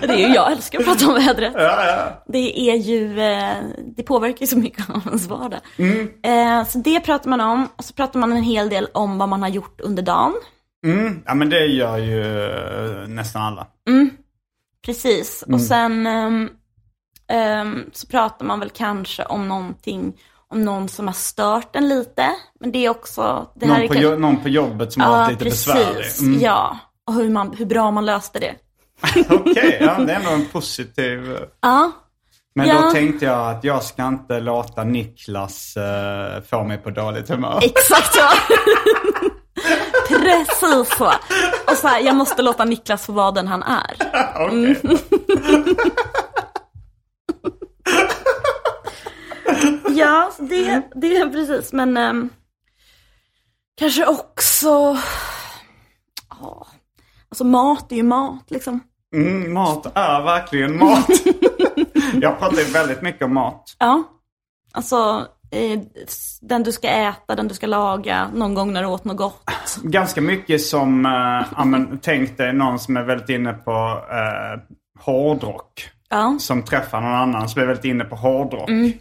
Speaker 3: det är ju, jag älskar att prata om vädret. Det är ju, eh, det påverkar ju så mycket av ens vardag. Eh, så det pratar man om, och så pratar man en hel del om vad man har gjort under dagen.
Speaker 2: Ja men det gör ju eh, nästan alla.
Speaker 3: Precis,
Speaker 2: Mm.
Speaker 3: och sen ehm, ehm, så pratar man väl kanske om någonting, om någon som har stört en lite. Men det är också, det här
Speaker 2: Någon
Speaker 3: är
Speaker 2: på,
Speaker 3: kanske-
Speaker 2: jo- någon på jobbet som har
Speaker 3: Ja,
Speaker 2: varit lite besvärlig.
Speaker 3: precis.
Speaker 2: Mm.
Speaker 3: Ja, och hur, man, hur bra man löste det.
Speaker 2: Okej, ja, det är ändå en positiv... eh,
Speaker 3: Ja,
Speaker 2: Men
Speaker 3: Ja.
Speaker 2: då tänkte jag att jag ska inte låta Niklas eh, få mig på dåligt humör.
Speaker 3: exakt så. precis så. Och så här, jag måste låta Niklas få vara den han är. Mm.
Speaker 2: Okej.
Speaker 3: Ja, så det, det är precis. Men ehm, kanske också, ja, alltså mat är ju mat liksom.
Speaker 2: Mm, mat är verkligen mat. [LAUGHS] jag pratar ju väldigt mycket om mat.
Speaker 3: Ja, alltså eh, s- den du ska äta, den du ska laga, någon gång när du åt något gott.
Speaker 2: Ganska mycket som, eh, ja, men, tänk dig någon som är väldigt inne på eh, hårdrock.
Speaker 3: Ja,
Speaker 2: Som träffar någon annan som är väldigt inne på hårdrock.
Speaker 3: Mm.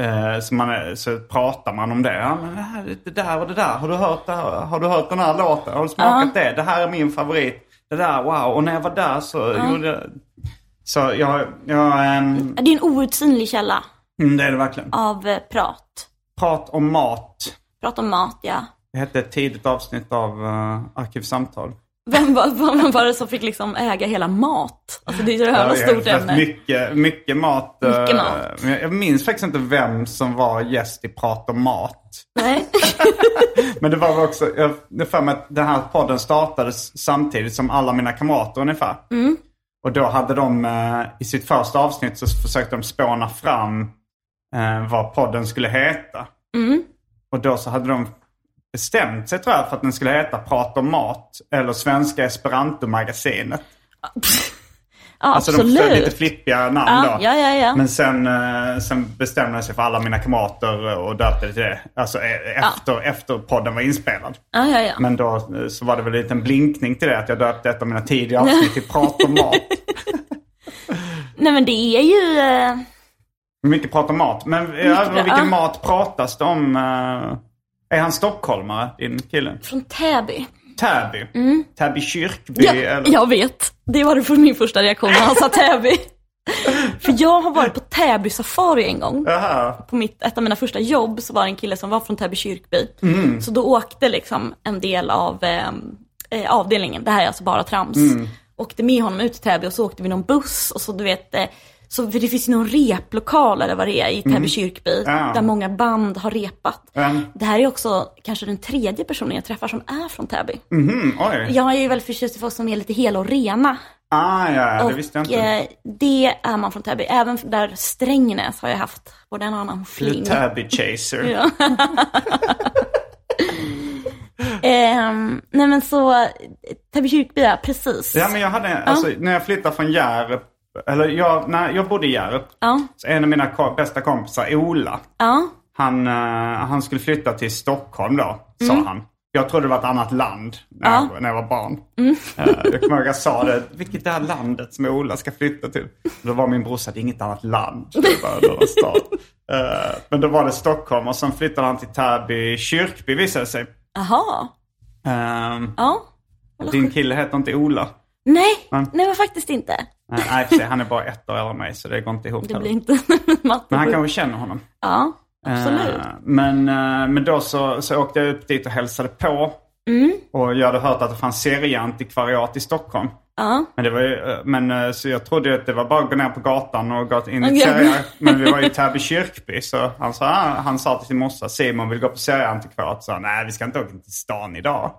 Speaker 2: Eh, så, man är, så pratar man om det. Ja, men det, här, det där och det där. Har du hört det här? Har du hört den här låten? Har du smakat det? Det här är min favorit. Det där, wow. Och när jag var där så gjorde jag... Så jag... jag ehm,
Speaker 3: det är en outsinlig källa
Speaker 2: mm, det är det verkligen.
Speaker 3: av eh, prat.
Speaker 2: Prat om mat.
Speaker 3: Prata om mat, ja.
Speaker 2: Det hette ett tidigt avsnitt av uh, Arkivsamtal.
Speaker 3: Vem var, vem var det som fick liksom äga hela mat? Alltså det är ju ett jävla
Speaker 2: Jag har
Speaker 3: stort
Speaker 2: haft
Speaker 3: ämne.
Speaker 2: Mycket, mycket mat. eh,
Speaker 3: Mycket mat.
Speaker 2: men jag- Jag minns faktiskt inte vem som var gäst i Prat om mat.
Speaker 3: Nej.
Speaker 2: Men det var väl också, jag jag har för mig att den här podden startades samtidigt som alla mina kamrater ungefär.
Speaker 3: Mm.
Speaker 2: Och då hade de, eh, i sitt första avsnitt så försökte de spåna fram eh, vad podden skulle heta.
Speaker 3: Mm.
Speaker 2: Och då så hade de bestämt sig tror jag för att den skulle heta Prat om mat eller Svenska Esperanto-magasinet.
Speaker 3: Ja,
Speaker 2: Alltså de
Speaker 3: absolut.
Speaker 2: försökte lite flippiga namn
Speaker 3: Ja,
Speaker 2: då.
Speaker 3: ja, ja, ja.
Speaker 2: Men sen, eh, sen bestämde jag sig för alla mina kamrater och döpte det till det. Alltså eh, efter, efter podden var inspelad.
Speaker 3: ja, ja, ja.
Speaker 2: Men då eh, så var det väl en liten blinkning till det att jag döpte ett av mina tidiga avsnitt till Prat om
Speaker 3: [LAUGHS]
Speaker 2: mat.
Speaker 3: Nej men det är ju, eh,
Speaker 2: Mycket prat om mat. Men ja,
Speaker 3: Mycket bra,
Speaker 2: vilken
Speaker 3: ja.
Speaker 2: mat pratas det om? eh, Är han stockholmare, din kille?
Speaker 3: från Täby.
Speaker 2: Täby? Täby kyrkby?
Speaker 3: Ja,
Speaker 2: eller?
Speaker 3: jag vet. Det var det för min första reaktion när han
Speaker 2: [LAUGHS]
Speaker 3: sa Täby. För jag har varit på Täby safari en gång.
Speaker 2: Jaha.
Speaker 3: På mitt, ett av mina första jobb så var det en kille som var från Täby kyrkby.
Speaker 2: Mm.
Speaker 3: Så då åkte liksom en del av eh, eh,
Speaker 2: Mm.
Speaker 3: avdelningen, det här är alltså bara trams, åkte med honom ut till Täby och så åkte vi någon buss och så du vet eh, Så, för det finns ju någon replokal eller vad det är i Täby kyrkby,
Speaker 2: Mm. Ja.
Speaker 3: där många band har repat.
Speaker 2: Ja.
Speaker 3: Det här är också kanske den tredje personen jag träffar som är från Täby.
Speaker 2: Mhm, oj.
Speaker 3: Jag är ju väldigt förtjust i folk som är lite hela och rena.
Speaker 2: Ah, ja, ja, det
Speaker 3: och
Speaker 2: visste jag inte.
Speaker 3: eh, det är man från Täby. Även där Strängnäs har jag haft både en och annan fling.
Speaker 2: Tabby chaser.
Speaker 3: Ja. Ehm, nej men så, Täby kyrkby, ja, precis.
Speaker 2: Ja, men jag hade, alltså, när jag flyttade från Hjärup, eller jag, när jag bodde i Hjärup,
Speaker 3: Ja,
Speaker 2: så en av mina ko- bästa kompisar, Ola,
Speaker 3: ja,
Speaker 2: han, eh, han skulle flytta till Stockholm då,
Speaker 3: Mm.
Speaker 2: sa han. Jag trodde det var ett annat land när, jag, när jag var barn.
Speaker 3: Mm.
Speaker 2: Eh, jag kommer ihåg jag sa det, vilket är det här landet som Ola ska flytta till? Då var min brorsa, det är inget annat land, det är bara en annan stad. Eh, men då var det Stockholm och sen flyttade han till Täby kyrkby visade det sig.
Speaker 3: aha,
Speaker 2: Ehm,
Speaker 3: ja.
Speaker 2: din kille heter inte Ola.
Speaker 3: Nej,
Speaker 2: Mm.
Speaker 3: nej men faktiskt inte.
Speaker 2: Nej, nej, i och för sig, han är bara ett år äldre än mig så det går inte ihop.
Speaker 3: Det
Speaker 2: heller.
Speaker 3: blir inte [LAUGHS] matte.
Speaker 2: Men han kanske känner honom.
Speaker 3: Ja, absolut.
Speaker 2: Eh, men, eh, men då så, så åkte jag upp dit och hälsade på.
Speaker 3: Mm.
Speaker 2: Och jag hade hört att det fanns serieantikvariat i Stockholm.
Speaker 3: Ja.
Speaker 2: Men, det var ju, eh, men eh, så jag trodde att det var bara att gå ner på gatan och gå in i
Speaker 3: Okej.
Speaker 2: okay. serie. Men vi var i Täby kyrkby så han sa, ah, han sa till sin morsa, Simon vill gå på serieantikvariat. Så sa han, nej vi ska inte åka till stan
Speaker 3: [LAUGHS]
Speaker 2: idag.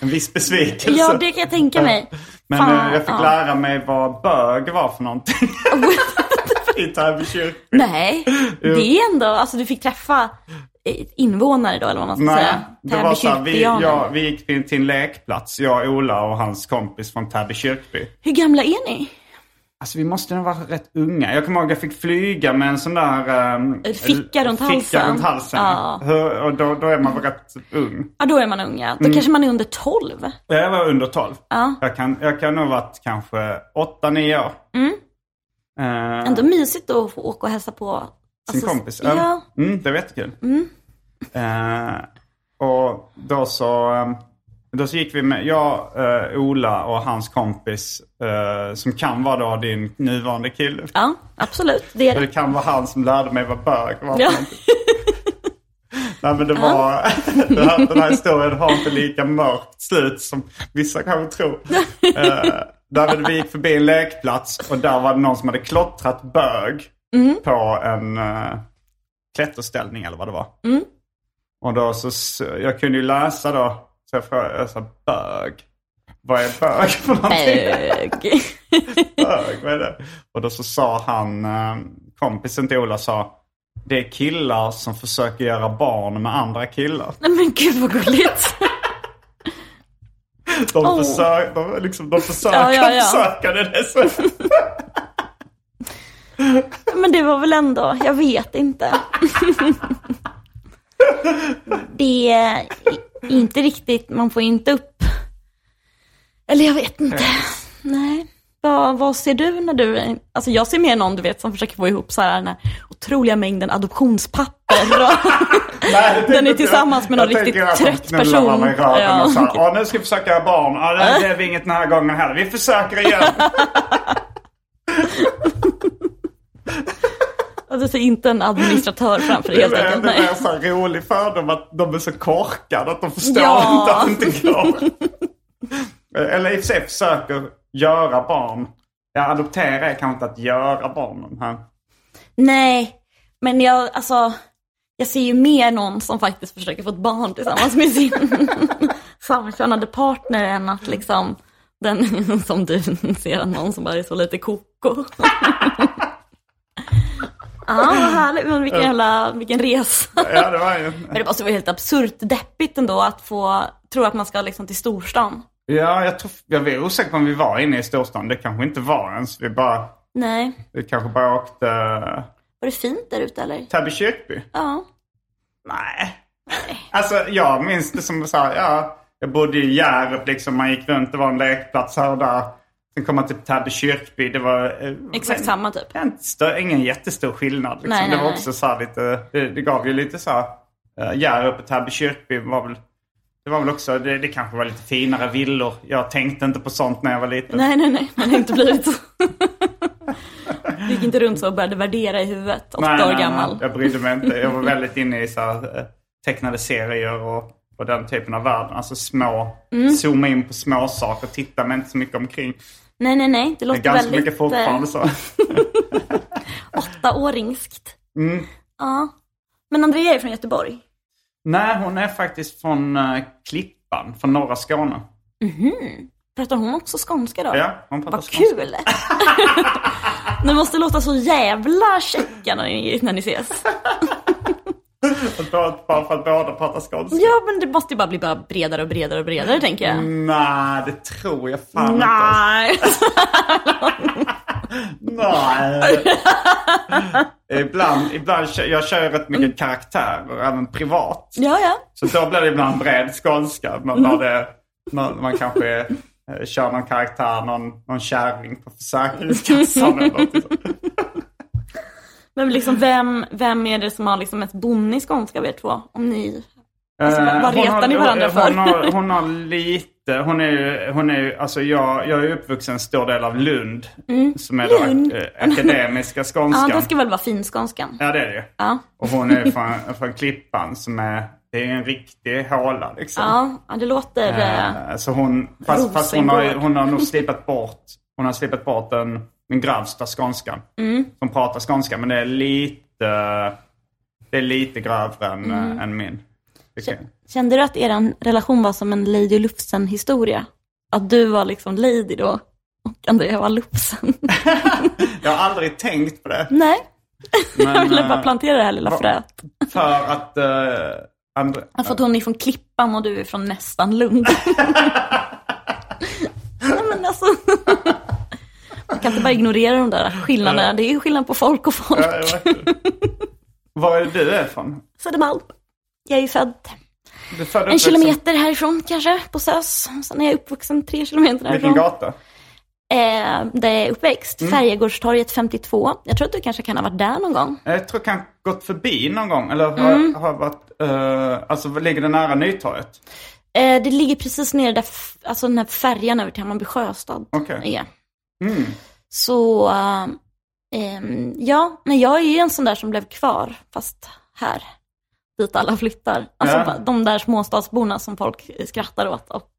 Speaker 2: en viss besvikelse.
Speaker 3: Ja, det kan jag
Speaker 2: [LAUGHS]
Speaker 3: tänka mig.
Speaker 2: Men
Speaker 3: Fan,
Speaker 2: eh, jag fick
Speaker 3: ja.
Speaker 2: lära mig vad bög var för
Speaker 3: [LAUGHS]
Speaker 2: någonting. I Täby kyrkby.
Speaker 3: Nej, det är ändå, alltså du fick träffa eh, invånare då eller vad man ska
Speaker 2: Nej,
Speaker 3: säga.
Speaker 2: det var så här, vi,
Speaker 3: Täby-kyrkbyaner.
Speaker 2: ja, vi gick till, till en lekplats, jag, Ola och hans kompis från Täby kyrkby.
Speaker 3: Hur gamla är ni?
Speaker 2: Alltså vi måste nog vara rätt unga. Jag kommer ihåg jag fick flyga med en sån där... ehm,
Speaker 3: En ficka runt
Speaker 2: Ficka
Speaker 3: halsen.
Speaker 2: runt halsen.
Speaker 3: Ja.
Speaker 2: Hur, och då, då är man väl rätt ung.
Speaker 3: Ja, då är man unga. Då kanske man är under 12.
Speaker 2: Jag var under 12. Jag, kan, jag kan nog ha varit kanske 8-9 år.
Speaker 3: Mm.
Speaker 2: Eh,
Speaker 3: Ändå mysigt att få åka och hälsa på.
Speaker 2: sin
Speaker 3: Alltså,
Speaker 2: kompis.
Speaker 3: Ja,
Speaker 2: Mm, det var jättekul. Eh, och då så, eh, då så gick vi med, jag, eh, Ola och hans kompis eh, som kan vara då din nuvarande kille.
Speaker 3: ja, absolut. Det är
Speaker 2: Eller
Speaker 3: det.
Speaker 2: det kan vara han som lärde mig vad bög var.
Speaker 3: Ja.
Speaker 2: Nej men det var, [LAUGHS] den, här, den här historien har inte lika mörkt slut som vissa kanske tror. Eh, där hade vi gick förbi en lekplats och där var det någon som hade klottrat bög på en eh, klätterställning eller vad det var. Och då så, s- jag kunde ju läsa då, så jag frågade, jag sa bög. Vad är bög för någonting?
Speaker 3: Bög.
Speaker 2: bög, vad är det? Och då så sa han, eh, kompisen till Ola sa, det är killar som försöker göra barn med andra killar.
Speaker 3: [LAUGHS] Nej men gud vad gulligt.
Speaker 2: De,
Speaker 3: Åh.
Speaker 2: försöker, de, liksom, de försöker,
Speaker 3: Oh. Ja, ja, ja.
Speaker 2: försöker det. är så.
Speaker 3: Men det var väl ändå, jag vet inte. [LAUGHS] det är inte riktigt, man får inte upp. Eller jag vet inte. Nej. Vad, vad ser du när du, är- alltså jag ser mer någon du vet som försöker få ihop så här den här otroliga mängden adoptionspapper. och-
Speaker 2: Nej, jag tänkte
Speaker 3: är
Speaker 2: att
Speaker 3: tillsammans med någon
Speaker 2: jag tänker
Speaker 3: riktigt
Speaker 2: att de
Speaker 3: trött
Speaker 2: knullar
Speaker 3: person.
Speaker 2: varandra i röven
Speaker 3: Ja,
Speaker 2: och så här,
Speaker 3: okej.
Speaker 2: "Åh, nu ska vi försöka göra barn. Ja, det blev inget den här gången heller. Vi försöker igen.
Speaker 3: och du ser inte
Speaker 2: [LAUGHS]
Speaker 3: en administratör framför dig helt
Speaker 2: det är
Speaker 3: enkelt.
Speaker 2: det är
Speaker 3: Nej.
Speaker 2: en så här rolig fördom att de är så korkade att de förstår
Speaker 3: Ja.
Speaker 2: inte att det inte går. Eller i och för sig försöker göra barn. Ja, adoptera är kanske inte att göra barn. Här.
Speaker 3: Nej, men jag, alltså, jag ser ju mer någon som faktiskt försöker få ett barn tillsammans med sin [LAUGHS] samkönade partner än att liksom den [LAUGHS] som du ser, någon som bara är så
Speaker 2: [LAUGHS]
Speaker 3: lite koko. Ja, vad härligt. Men vilken jävla, vilken resa.
Speaker 2: Ja, det var ju...
Speaker 3: Men det måste vara helt absurt deppigt ändå att få, tro att man ska liksom till storstan.
Speaker 2: Ja, jag, tror, jag är osäker på om vi var inne i storstan. Det kanske inte var ens. Vi, bara,
Speaker 3: Nej.
Speaker 2: vi kanske bara åkte eh,
Speaker 3: Var det fint där ute eller?
Speaker 2: Täby kyrkby.
Speaker 3: Ja.
Speaker 2: Nej. Alltså jag minns det som så här, ja, jag bodde i Hjärup liksom, man gick runt, det var en lekplats här och där. Sen kom man till Täby kyrkby, det var... eh,
Speaker 3: Exakt
Speaker 2: en-
Speaker 3: samma typ.
Speaker 2: en stö- ingen jättestor skillnad. Liksom.
Speaker 3: Nej, nej,
Speaker 2: det var
Speaker 3: nej.
Speaker 2: också så här lite, det, det gav ju lite så här, eh, Hjärup och Täby kyrkby var väl, det var väl också, det, det kanske var lite finare villor. Jag tänkte inte på sånt när jag var liten.
Speaker 3: Nej, nej, nej, man har inte blivit så. [LAUGHS] Du gick inte runt så och började värdera i huvudet, åtta år gammal.
Speaker 2: eh, jag brydde mig inte. Jag var väldigt inne i så här, eh, tecknade serier och, och
Speaker 3: Mm.
Speaker 2: den typen av värld. Alltså små, zooma in på små saker, titta mig inte så mycket omkring.
Speaker 3: Nej, nej, nej. Det
Speaker 2: Det är
Speaker 3: låter
Speaker 2: ganska
Speaker 3: väldigt
Speaker 2: mycket fortfarande
Speaker 3: eh,
Speaker 2: så. [LAUGHS]
Speaker 3: åttaåringskt.
Speaker 2: Mm.
Speaker 3: Ja. Men Andrea är från Göteborg.
Speaker 2: Nej, hon är faktiskt från eh, Klippan, från norra Skåne.
Speaker 3: Pratar hon också skånska då?
Speaker 2: Ja, hon pratar
Speaker 3: Vad
Speaker 2: skånska.
Speaker 3: kul! [LAUGHS] ni måste låta så jävla käcka när ni, när ni ses.
Speaker 2: Bara bara för att båda pratar skånska.
Speaker 3: Ja, men det måste ju bara bli bara bredare och bredare och bredare, tänker jag.
Speaker 2: Mm. Nej, det tror jag fan inte. alltså.
Speaker 3: Nej. [LAUGHS]
Speaker 2: Nej. [LAUGHS] ibland, ibland, kö- jag kör ju rätt mycket karaktärer, även privat.
Speaker 3: Ja, ja.
Speaker 2: Så då blir det ibland bred skånska. Man, när det, när man kanske eh, kör någon karaktär, någon, någon kärring på Försäkringskassan eller något. sånt.
Speaker 3: Men liksom, vem, vem är det som har liksom mest bonnig skånska av er två? Om ni... [LAUGHS] Alltså, vad-
Speaker 2: Eh,
Speaker 3: vad
Speaker 2: hon
Speaker 3: retar
Speaker 2: har-
Speaker 3: ni varandra
Speaker 2: hon, hon
Speaker 3: för?
Speaker 2: har, hon har lite, hon är ju, hon är ju, alltså jag, jag är ju uppvuxen en stor del av Lund. Som är
Speaker 3: Mm. Lund.
Speaker 2: då eh, akademiska
Speaker 3: [LAUGHS] Ja,
Speaker 2: skånskan.
Speaker 3: det ska väl vara finskånskan.
Speaker 2: Ja, det är det ju.
Speaker 3: Ja.
Speaker 2: Och hon är från, från Klippan som är, det är en riktig håla liksom.
Speaker 3: Ja, ja det låter... eh,
Speaker 2: Eh, Så hon, fast, fast hon, har, ju-
Speaker 3: Rosengård.
Speaker 2: hon har nog slipat bort, hon har slipat bort den, den grövsta skånskan.
Speaker 3: Mm.
Speaker 2: Som pratar skånska, men det är lite, det är lite grövre än,
Speaker 3: Mm.
Speaker 2: eh, än min. tycker jag.
Speaker 3: Kände du att er relation var som en Lady och Lufsen-historia? Att du var liksom Lady då och Andrea var Lufsen? [LAUGHS]
Speaker 2: Jag har aldrig tänkt på det.
Speaker 3: Nej, jag ville bara
Speaker 2: eh,
Speaker 3: plantera det här lilla
Speaker 2: va-
Speaker 3: fröet.
Speaker 2: För att eh,
Speaker 3: [LAUGHS]
Speaker 2: andra,
Speaker 3: Ja, För att hon är från Klippan och du är från nästan Lund. Nej men alltså. Man kan inte bara ignorera de där skillnaderna. Det är ju skillnad på folk och folk.
Speaker 2: Ja, jag vet inte. Var är du ifrån?
Speaker 3: Södermalm. Jag är ju född
Speaker 2: Du är född och
Speaker 3: en
Speaker 2: uppvuxen-
Speaker 3: kilometer härifrån kanske, på SÖS. Sen är jag uppvuxen tre kilometer
Speaker 2: Vilken Mm.
Speaker 3: härifrån.
Speaker 2: gata?
Speaker 3: eh, där jag är uppväxt. Färjegårdstorget 52. Jag tror att du kanske kan ha varit där någon gång.
Speaker 2: Jag tror jag kan gått förbi någon gång. Eller har,
Speaker 3: Mm.
Speaker 2: har varit, eh, alltså ligger det nära Nytorget?
Speaker 3: Eh, det ligger precis nere där, f- alltså den här färjan över till Hammarby sjöstad
Speaker 2: Okej. Mm.
Speaker 3: är. Så, eh, ehm, ja, men jag är ju en sån där som blev kvar, fast här, dit alla flyttar. Alltså
Speaker 2: Ja.
Speaker 3: ba- de där småstadsborna som folk skrattar åt och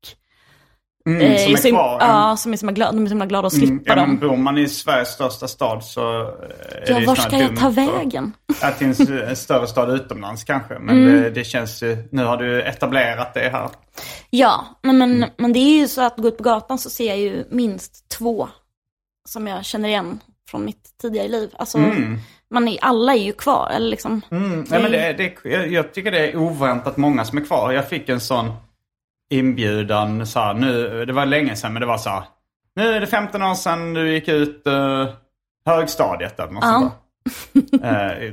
Speaker 2: Mm,
Speaker 3: eh,
Speaker 2: som är
Speaker 3: så him-
Speaker 2: kvar? Mm,
Speaker 3: Ja, som är så himla glada, de är så himla glada att slippa
Speaker 2: ja, men
Speaker 3: dem.
Speaker 2: bor man i Sveriges största stad så eh, är
Speaker 3: Ja,
Speaker 2: det ju
Speaker 3: var
Speaker 2: snarare
Speaker 3: ska jag
Speaker 2: dumt
Speaker 3: ta
Speaker 2: att-
Speaker 3: vägen? [LAUGHS]
Speaker 2: Att det finns eh, en större stad utomlands kanske. Men
Speaker 3: Mm.
Speaker 2: det, det känns ju, nu har du etablerat det här.
Speaker 3: Ja, nej, men,
Speaker 2: Mm.
Speaker 3: men det är ju så att gå ut på gatan så ser jag ju minst två som jag känner igen från mitt tidigare liv. Alltså,
Speaker 2: Mm.
Speaker 3: man är, alla är ju kvar, eller liksom.
Speaker 2: Nej, men det, det, jag- jag tycker det är oväntat många som är kvar. Jag fick en sån inbjudan, så här, nu, det var länge sedan, men det var så här, nu är det 15 år sedan du gick ut eh, högstadiet eller något sånt där.
Speaker 3: [LAUGHS]
Speaker 2: Eh,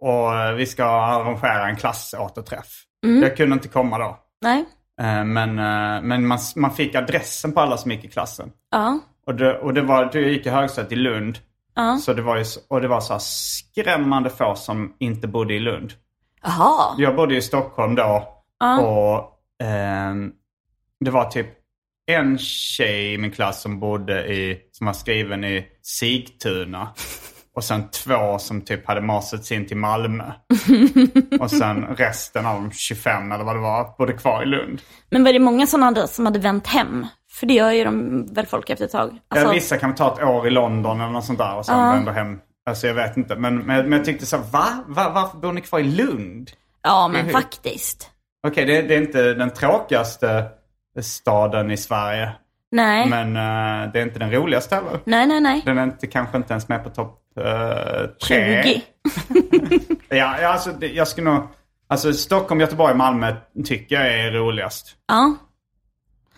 Speaker 2: Och eh, vi ska arrangera en klassåterträff.
Speaker 3: Mm.
Speaker 2: Jag kunde inte komma då.
Speaker 3: Nej,
Speaker 2: Eh, Men, eh, men man, man fick adressen på alla som gick i klassen.
Speaker 3: ja,
Speaker 2: Och det, och det var, jag gick i högstadiet i Lund.
Speaker 3: ja.
Speaker 2: Så det var ju, så- och det var så här skrämmande få som inte bodde i Lund.
Speaker 3: Jaha,
Speaker 2: Jag bodde i Stockholm då.
Speaker 3: Ja.
Speaker 2: Och ehm, det var typ en tjej i min klass som bodde i, som var skriven i Sigtuna. Och sen två som typ hade masat sig in till
Speaker 3: [LAUGHS]
Speaker 2: Malmö. och sen resten av de 25 eller vad det var, bodde kvar i Lund.
Speaker 3: men var det många sådana hade- som hade vänt hem? För det gör ju de väl folk efter ett tag.
Speaker 2: Ja,
Speaker 3: Alltså,
Speaker 2: vissa kan ta ett år i London eller något sånt där och sen vänder hem. Alltså jag vet inte. Men, men, men jag tyckte så här, va? va? Varför bor ni kvar i Lund?
Speaker 3: ja
Speaker 2: Mm.
Speaker 3: men faktiskt.
Speaker 2: Okej, det, det är inte den tråkigaste staden i Sverige.
Speaker 3: Nej,
Speaker 2: Men eh, det är inte den roligaste heller.
Speaker 3: nej, nej, nej.
Speaker 2: Den är inte, kanske inte ens med på topp uh, 3.
Speaker 3: 20.
Speaker 2: Ja, ja, alltså, det- jag skulle nog... Alltså Stockholm, Göteborg, Malmö tycker jag är roligast.
Speaker 3: Ja.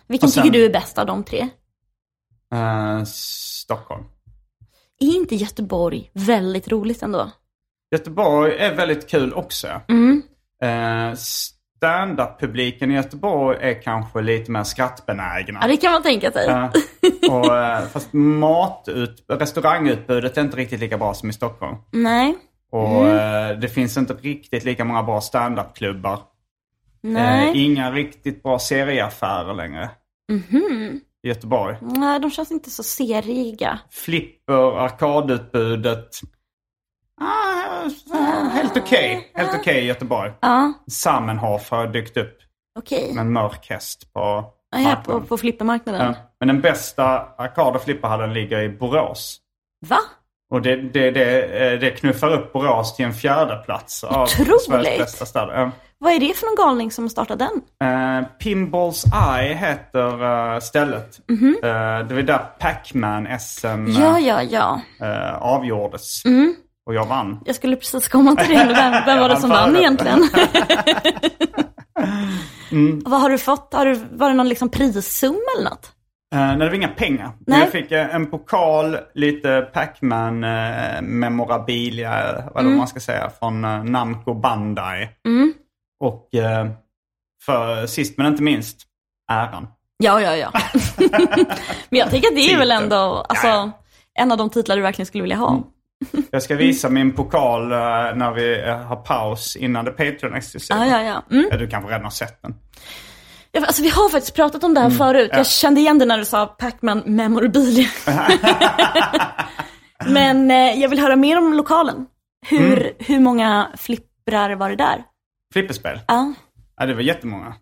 Speaker 3: Vilken
Speaker 2: Och sen-
Speaker 3: tycker du är bäst av de tre?
Speaker 2: Eh, Stockholm.
Speaker 3: Är inte Göteborg väldigt roligt ändå?
Speaker 2: Göteborg är väldigt kul också. Mm. Standup-publiken i Göteborg är kanske lite mer skrattbenägna.
Speaker 3: Ja, det kan man tänka sig.
Speaker 2: Eh, och, eh, fast matut, restaurangutbudet är inte riktigt lika bra som i Stockholm.
Speaker 3: Nej,
Speaker 2: Och
Speaker 3: Mm.
Speaker 2: eh, det finns inte riktigt lika många bra standup-klubbar.
Speaker 3: nej.
Speaker 2: Eh, inga riktigt bra serieaffärer längre
Speaker 3: Mhm.
Speaker 2: i Göteborg.
Speaker 3: Nej, de känns inte så seriga.
Speaker 2: Flipper, arkadutbudet. Ah, helt okej. Helt okej i Göteborg.
Speaker 3: Ja,
Speaker 2: Sammenhof har dykt upp.
Speaker 3: okej.
Speaker 2: Med en mörk häst på
Speaker 3: Här på, på flippermarknaden.
Speaker 2: Ja. Men den bästa arkad och flipperhallen ligger i Borås.
Speaker 3: Va?
Speaker 2: Och det, det, det, eh, det knuffar upp Borås till en fjärde plats av
Speaker 3: Otroligt!
Speaker 2: Sveriges bästa städer. Ja.
Speaker 3: Vad är det för någon galning som startade den?
Speaker 2: Eh, Pinballs Eye heter eh, stället. Eh, det var där Pac-Man SM eh,
Speaker 3: Mhm. Ja, ja, ja. Mhm.
Speaker 2: eh, avgjordes. Och jag vann.
Speaker 3: Jag skulle precis komma till det. Vem, vem
Speaker 2: [LAUGHS]
Speaker 3: var det som vann egentligen?
Speaker 2: Mm.
Speaker 3: [LAUGHS] Vad har du fått? Har du, var det någon liksom prissumma eller något?
Speaker 2: Eh, nej, det var inga pengar.
Speaker 3: Nej.
Speaker 2: Jag fick eh, en pokal, lite Pac-Man eh, memorabilia, eh, vad
Speaker 3: Mm.
Speaker 2: man ska säga, från eh, Namco Bandai. Och eh, för sist men inte minst, äran.
Speaker 3: Ja,
Speaker 2: [LAUGHS]
Speaker 3: ja, ja. Men jag tänker att det är väl
Speaker 2: Titel. Mm.
Speaker 3: ändå alltså, en av de titlar du verkligen skulle vilja ha.
Speaker 2: Jag ska
Speaker 3: Mm.
Speaker 2: visa min pokal eh, när vi eh, har paus innan det Patreon existerar.
Speaker 3: Ja, ja, ja. Mm.
Speaker 2: Ja, Du kanske redan har sett den.
Speaker 3: Ja, Alltså, vi har faktiskt pratat om det här
Speaker 2: Mm,
Speaker 3: förut. Jag kände igen det när du sa Pac-Man memorabilia.
Speaker 2: [LAUGHS]
Speaker 3: [LAUGHS] Men eh, jag vill höra mer om lokalen. Hur,
Speaker 2: Mm.
Speaker 3: hur många flipprar var det där?
Speaker 2: Flipperspel?
Speaker 3: Ja.
Speaker 2: Ja, det var jättemånga.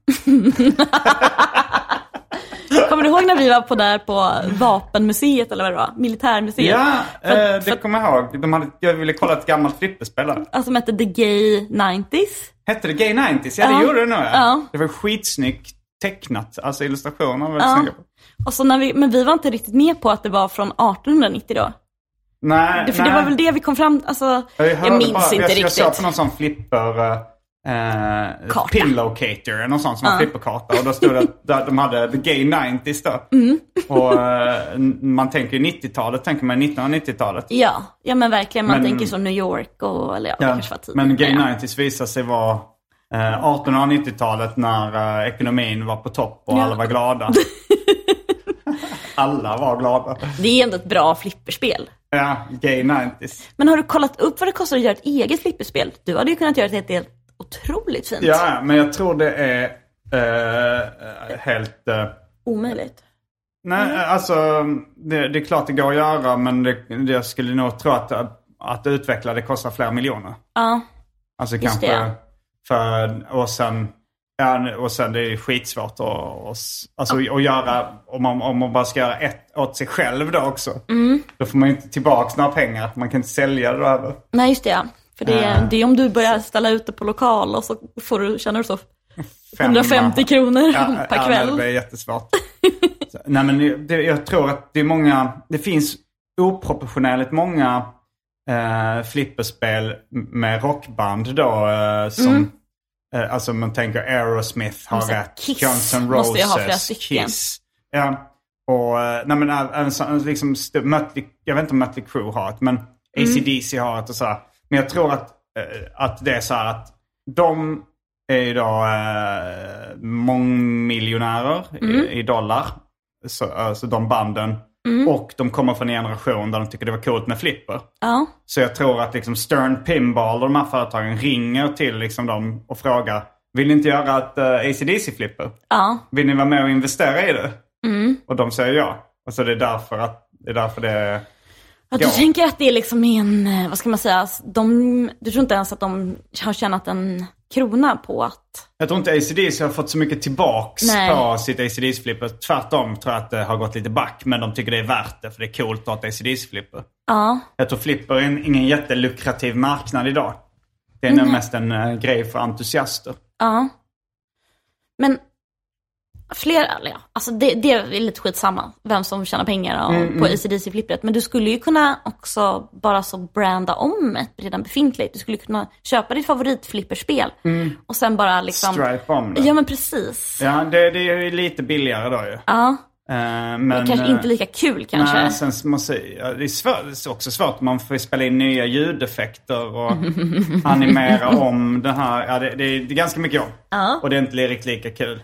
Speaker 3: Kommer du ihåg när vi var på där på vapenmuseet eller vad det var? Militärmuseet?
Speaker 2: Ja,
Speaker 3: För-
Speaker 2: eh, det kommer jag ihåg. De hade, jag ville kolla ett gammalt flipperspel där.
Speaker 3: Alltså som hette The Gay 90s.
Speaker 2: Hette det Gay 90s? Ja,
Speaker 3: Ja.
Speaker 2: det gjorde det nog. Ja.
Speaker 3: Ja.
Speaker 2: Det var skitsnyggt tecknat. Alltså illustrationerna var
Speaker 3: Ja.
Speaker 2: väldigt snygga.
Speaker 3: Och så när vi, men vi var inte riktigt med på att det var från 1890 då.
Speaker 2: Nej,
Speaker 3: Det, för
Speaker 2: nej.
Speaker 3: det var väl det vi kom fram alltså, Jag,
Speaker 2: hörde
Speaker 3: minns
Speaker 2: bara,
Speaker 3: inte
Speaker 2: jag, Jag
Speaker 3: riktigt.
Speaker 2: såg på någon sån flipper... eh, Eh,
Speaker 3: Karta.
Speaker 2: Pillowcator eller något sånt som en flipperkarta. Och då stod det att där de hade the gay 90s då.
Speaker 3: Mm.
Speaker 2: Och eh, n- man tänker ju 90-talet, tänker man 1990-talet.
Speaker 3: Ja, ja men verkligen. Man
Speaker 2: Men-
Speaker 3: tänker så New York och, eller ja, det kanske var tidigare.
Speaker 2: Men Gay
Speaker 3: ja.
Speaker 2: 90s visade sig vara eh, 1890-talet när eh, ekonomin var på topp och
Speaker 3: Ja.
Speaker 2: alla var
Speaker 3: [LAUGHS]
Speaker 2: glada. alla var glada.
Speaker 3: Det är ändå ett bra flipperspel.
Speaker 2: Ja, Gay 90s.
Speaker 3: Men har du kollat upp vad det kostar att göra ett eget flipperspel? Du hade ju kunnat göra ett helt otroligt fint.
Speaker 2: Ja, ja, men jag tror det är eh, helt... Eh,
Speaker 3: Omöjligt.
Speaker 2: nej,
Speaker 3: Mm.
Speaker 2: eh, alltså det, det är klart det går att göra men det, det, jag skulle nog tro att, att utveckla det kostar flera miljoner.
Speaker 3: Ja.
Speaker 2: Alltså
Speaker 3: Just
Speaker 2: kanske
Speaker 3: det, ja.
Speaker 2: för, och sen, ja, och sen det är ju skitsvårt att, att, s- alltså, att göra, om man, om man bara ska göra ett åt sig själv då också.
Speaker 3: Mm.
Speaker 2: Då får man ju inte tillbaka några pengar, man kan inte sälja det då heller.
Speaker 3: Nej, just det. ja. För det, är-
Speaker 2: Eh.
Speaker 3: det är om du börjar ställa ut det på lokal och så får du, tjänar du så
Speaker 2: Fem-
Speaker 3: 150 [LAUGHS] kronor
Speaker 2: Ja,
Speaker 3: per
Speaker 2: Ja, nej, det
Speaker 3: kväll.
Speaker 2: blir jättesvårt. Så, nej, men det, jag tror att det är många, det finns oproportionerligt många eh, flipperspel med rockband då. Eh, som, eh, alltså man tänker Aerosmith har
Speaker 3: Mm. Måste-
Speaker 2: rätt,
Speaker 3: Kiss
Speaker 2: Guns N' Roses,
Speaker 3: måste jag ha flera stycken.
Speaker 2: Kiss. Ja. Och, eh, nej men ä- även så- liksom, st- Mötley, jag vet inte om Mötley Crüe har ett, men
Speaker 3: Mm.
Speaker 2: ACDC har ett och sådär. Men jag tror att, eh, att det är så här att de är idag eh, mångmiljonärer
Speaker 3: Mm.
Speaker 2: i, i dollar. Så, alltså de banden.
Speaker 3: Mm.
Speaker 2: Och de kommer från en generation där de tycker det var coolt med flipper.
Speaker 3: Ja.
Speaker 2: Så jag tror att liksom Stern Pinball och de här företagen ringer till liksom dem och frågar Vill ni inte göra ett eh, ACDC-flipper?
Speaker 3: ja. Mm.
Speaker 2: Vill ni vara med och investera i det? Och de säger ja. Och så det är därför att det är därför det är...
Speaker 3: Ja, du
Speaker 2: Ja.
Speaker 3: tänker att det är liksom en, eh, vad ska man säga, s- de, du tror inte ens att de har tjänat en krona på att,
Speaker 2: Jag tror inte ACDC har fått så mycket tillbaks
Speaker 3: Nej.
Speaker 2: på sitt ACDC-flipper. Tvärtom tror jag att det har gått lite back. Men de tycker det är värt det för det är coolt att ha ett ACDC-flipper.
Speaker 3: ja,
Speaker 2: Jag tror flipper är en- ingen jättelukrativ marknad idag. Det är
Speaker 3: Mhm.
Speaker 2: nog mest en eh, grej för entusiaster.
Speaker 3: ja. Men fler, eller ja, alltså det, det är lite skitsamma, vem som tjänar pengar och,
Speaker 2: Mm,
Speaker 3: på ACDC-flippret. Men du skulle ju kunna också bara så branda om ett redan befintligt. Du skulle kunna köpa ditt favoritflipperspel och sen bara liksom...
Speaker 2: Mm. Stripe om det.
Speaker 3: Ja men precis.
Speaker 2: Ja, det, det är ju lite billigare då ju.
Speaker 3: Ja,
Speaker 2: Eh, men,
Speaker 3: kanske
Speaker 2: eh,
Speaker 3: inte lika kul kanske.
Speaker 2: Nej, sen så måste, ja, det, är svårt, det är också svårt. Man får ju spela in nya ljudeffekter
Speaker 3: [LAUGHS]
Speaker 2: och animera om den här. Ja, det, det, är, det är ganska mycket jobb.
Speaker 3: Ja.
Speaker 2: Och det är inte riktigt lika kul.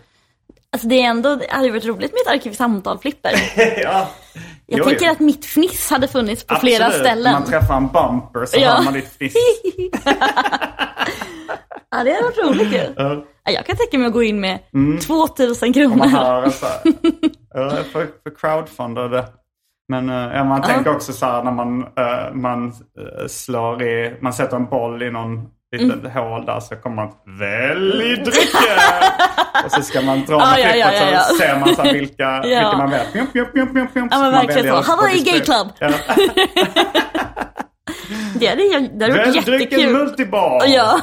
Speaker 3: Alltså det är ändå, det hade ju varit roligt med ett arkivsamtal-flipper.
Speaker 2: [LAUGHS] ja.
Speaker 3: Jag
Speaker 2: Jo,
Speaker 3: tänker
Speaker 2: jo.
Speaker 3: att mitt fniss hade funnits på flera
Speaker 2: Absolut.
Speaker 3: ställen.
Speaker 2: Man träffar en bumper så
Speaker 3: Ja.
Speaker 2: hör man ditt fniss.
Speaker 3: [LAUGHS] ja, det hade varit roligt ju.
Speaker 2: Ja.
Speaker 3: Ja, Jag kan tänka mig att gå in med 2000
Speaker 2: Om
Speaker 3: [LAUGHS]
Speaker 2: man
Speaker 3: kronor.
Speaker 2: hör en så här. Ja, för, för crowdfundade. Men eh, ja, man tänker också så här när man, eh, man eh, slår i, man sätter en boll i någon litet
Speaker 3: Mm.
Speaker 2: hål där så kommer man välj
Speaker 3: [LAUGHS]
Speaker 2: drycken. och så ska man dra med
Speaker 3: Ja, ja,
Speaker 2: flippret
Speaker 3: ja, ja, ja.
Speaker 2: så ser man så här
Speaker 3: [LAUGHS]
Speaker 2: vilka, vilka man väljer. Mjump, mjump, mjump, mjump, mjump,
Speaker 3: Ja,
Speaker 2: så
Speaker 3: men
Speaker 2: man
Speaker 3: verkligen
Speaker 2: väljer
Speaker 3: så. Han var i
Speaker 2: vilket
Speaker 3: gay
Speaker 2: spel.
Speaker 3: club.
Speaker 2: Ja.
Speaker 3: Det hade, det hade varit
Speaker 2: Välj drycken
Speaker 3: jättekul.
Speaker 2: multibar.
Speaker 3: Ja.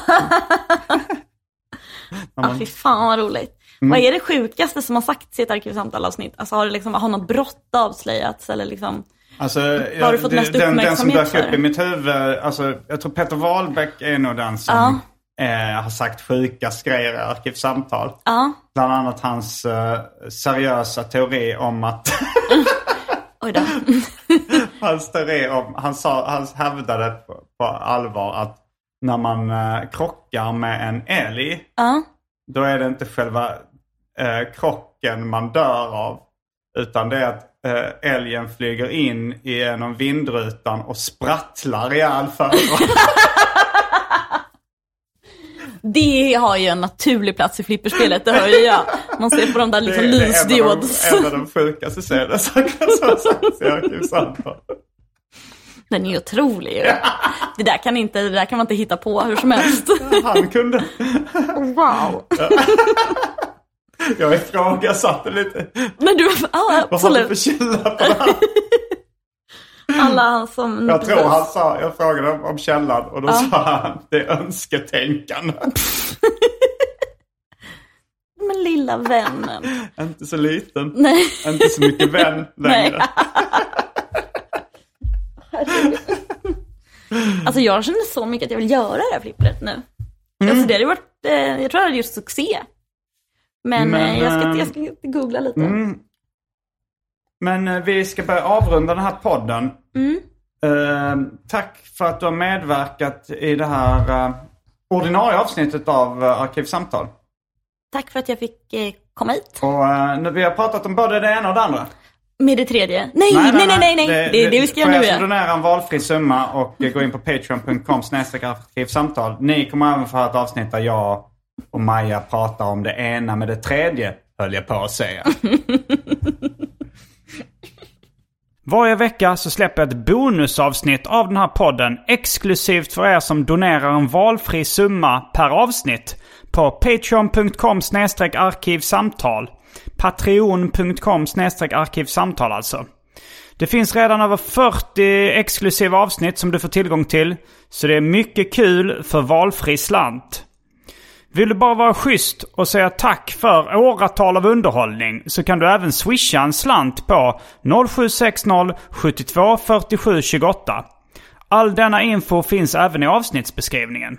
Speaker 3: Ja, fy fan vad roligt.
Speaker 2: Mm.
Speaker 3: Vad är det sjukaste som har sagts i ett arkivsamtalavsnitt? Alltså har, det liksom, har något brott avslöjats eller liksom?
Speaker 2: Alltså, jag,
Speaker 3: har du fått
Speaker 2: det-
Speaker 3: mest
Speaker 2: den, den som
Speaker 3: uppmärksamhet
Speaker 2: dök upp
Speaker 3: för?
Speaker 2: i mitt huvud, alltså, jag tror Peter Wahlbeck är nog den som eh, har sagt sjukast grejer i arkivsamtal.
Speaker 3: Ja,
Speaker 2: Bland annat hans eh, seriösa teori om att [LAUGHS]
Speaker 3: oj då.
Speaker 2: Hans teori om, han, sa, han hävdade på, på allvar att när man eh, krockar med en älg,
Speaker 3: Ja,
Speaker 2: då är det inte själva eh, krocken man dör av. Utan det är att eh, älgen flyger in genom vindrutan och sprattlar ihjäl för
Speaker 3: det har ju en naturlig plats i flipperspelet, det hör ju jag. Man ser på de där liksom lysdiods.
Speaker 2: Det är en av de- en av de sjukaste scenerna som har sagts i Arkivsamtal.
Speaker 3: Den är ju otrolig ju. Det där, kan inte, det där kan man inte hitta på hur
Speaker 2: [LAUGHS]
Speaker 3: som helst.
Speaker 2: Han kunde...
Speaker 3: Wow.
Speaker 2: Jag ifrågasatte lite.
Speaker 3: Men du, ja
Speaker 2: Vad har du för
Speaker 3: absolut.
Speaker 2: källa på det här?
Speaker 3: Alla Mm. han som...
Speaker 2: Jag tror han sa, jag frågade om, om källan och då sa han det är önsketänkande. [LAUGHS]
Speaker 3: Men lilla vännen. [LAUGHS]
Speaker 2: Inte så liten,
Speaker 3: Nej.
Speaker 2: inte så mycket vän längre.
Speaker 3: Alltså jag känner så mycket att jag vill göra det här flippret nu. Alltså det hade varit, eh, jag tror det hade gjort succé. Men,
Speaker 2: Men,
Speaker 3: eh, mm. jag, ska,
Speaker 2: ehm,
Speaker 3: jag ska googla lite.
Speaker 2: Men eh, vi ska börja avrunda den här podden. Eh, tack för att du har medverkat i det här eh, ordinarie avsnittet av eh, Arkivsamtal.
Speaker 3: Tack för att jag fick eh, komma hit.
Speaker 2: Och eh, nu, vi har pratat om både det ena och det andra.
Speaker 3: Med det tredje. Nej, nej, nej, nej, nej. Det, är det vi ska göra nu
Speaker 2: För er som
Speaker 3: ja.
Speaker 2: donerar alltså en valfri summa och eh, går in på patreon.com snedstreck arkivsamtal. Ni kommer även få höra ett avsnitt där jag och Maja pratar om det ena med det tredje, höll jag på att
Speaker 3: [LAUGHS]
Speaker 2: säga.
Speaker 4: Varje vecka så släpper jag ett bonusavsnitt av den här podden exklusivt för er som donerar en valfri summa per avsnitt på patreon.com arkivsamtal. Patreon.com arkivsamtal alltså. Det finns redan över 40 exklusiva avsnitt som du får tillgång till. Så det är mycket kul för valfri slant. Vill du bara vara schysst och säga tack för åratal av underhållning så kan du även swisha en slant på 0760 72 47 28. All denna info finns även i avsnittsbeskrivningen.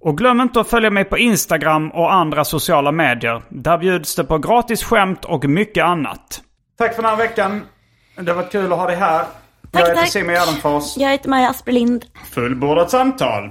Speaker 4: Och glöm inte att följa mig på Instagram och andra sociala medier. Där bjuds det på gratis skämt och mycket annat.
Speaker 2: Tack för den här veckan. Det har varit kul att ha dig här. jag heter
Speaker 3: tack.
Speaker 2: Simon Gärdenfors.
Speaker 3: Jag heter Maja Asperlind.
Speaker 2: Fullbordat samtal.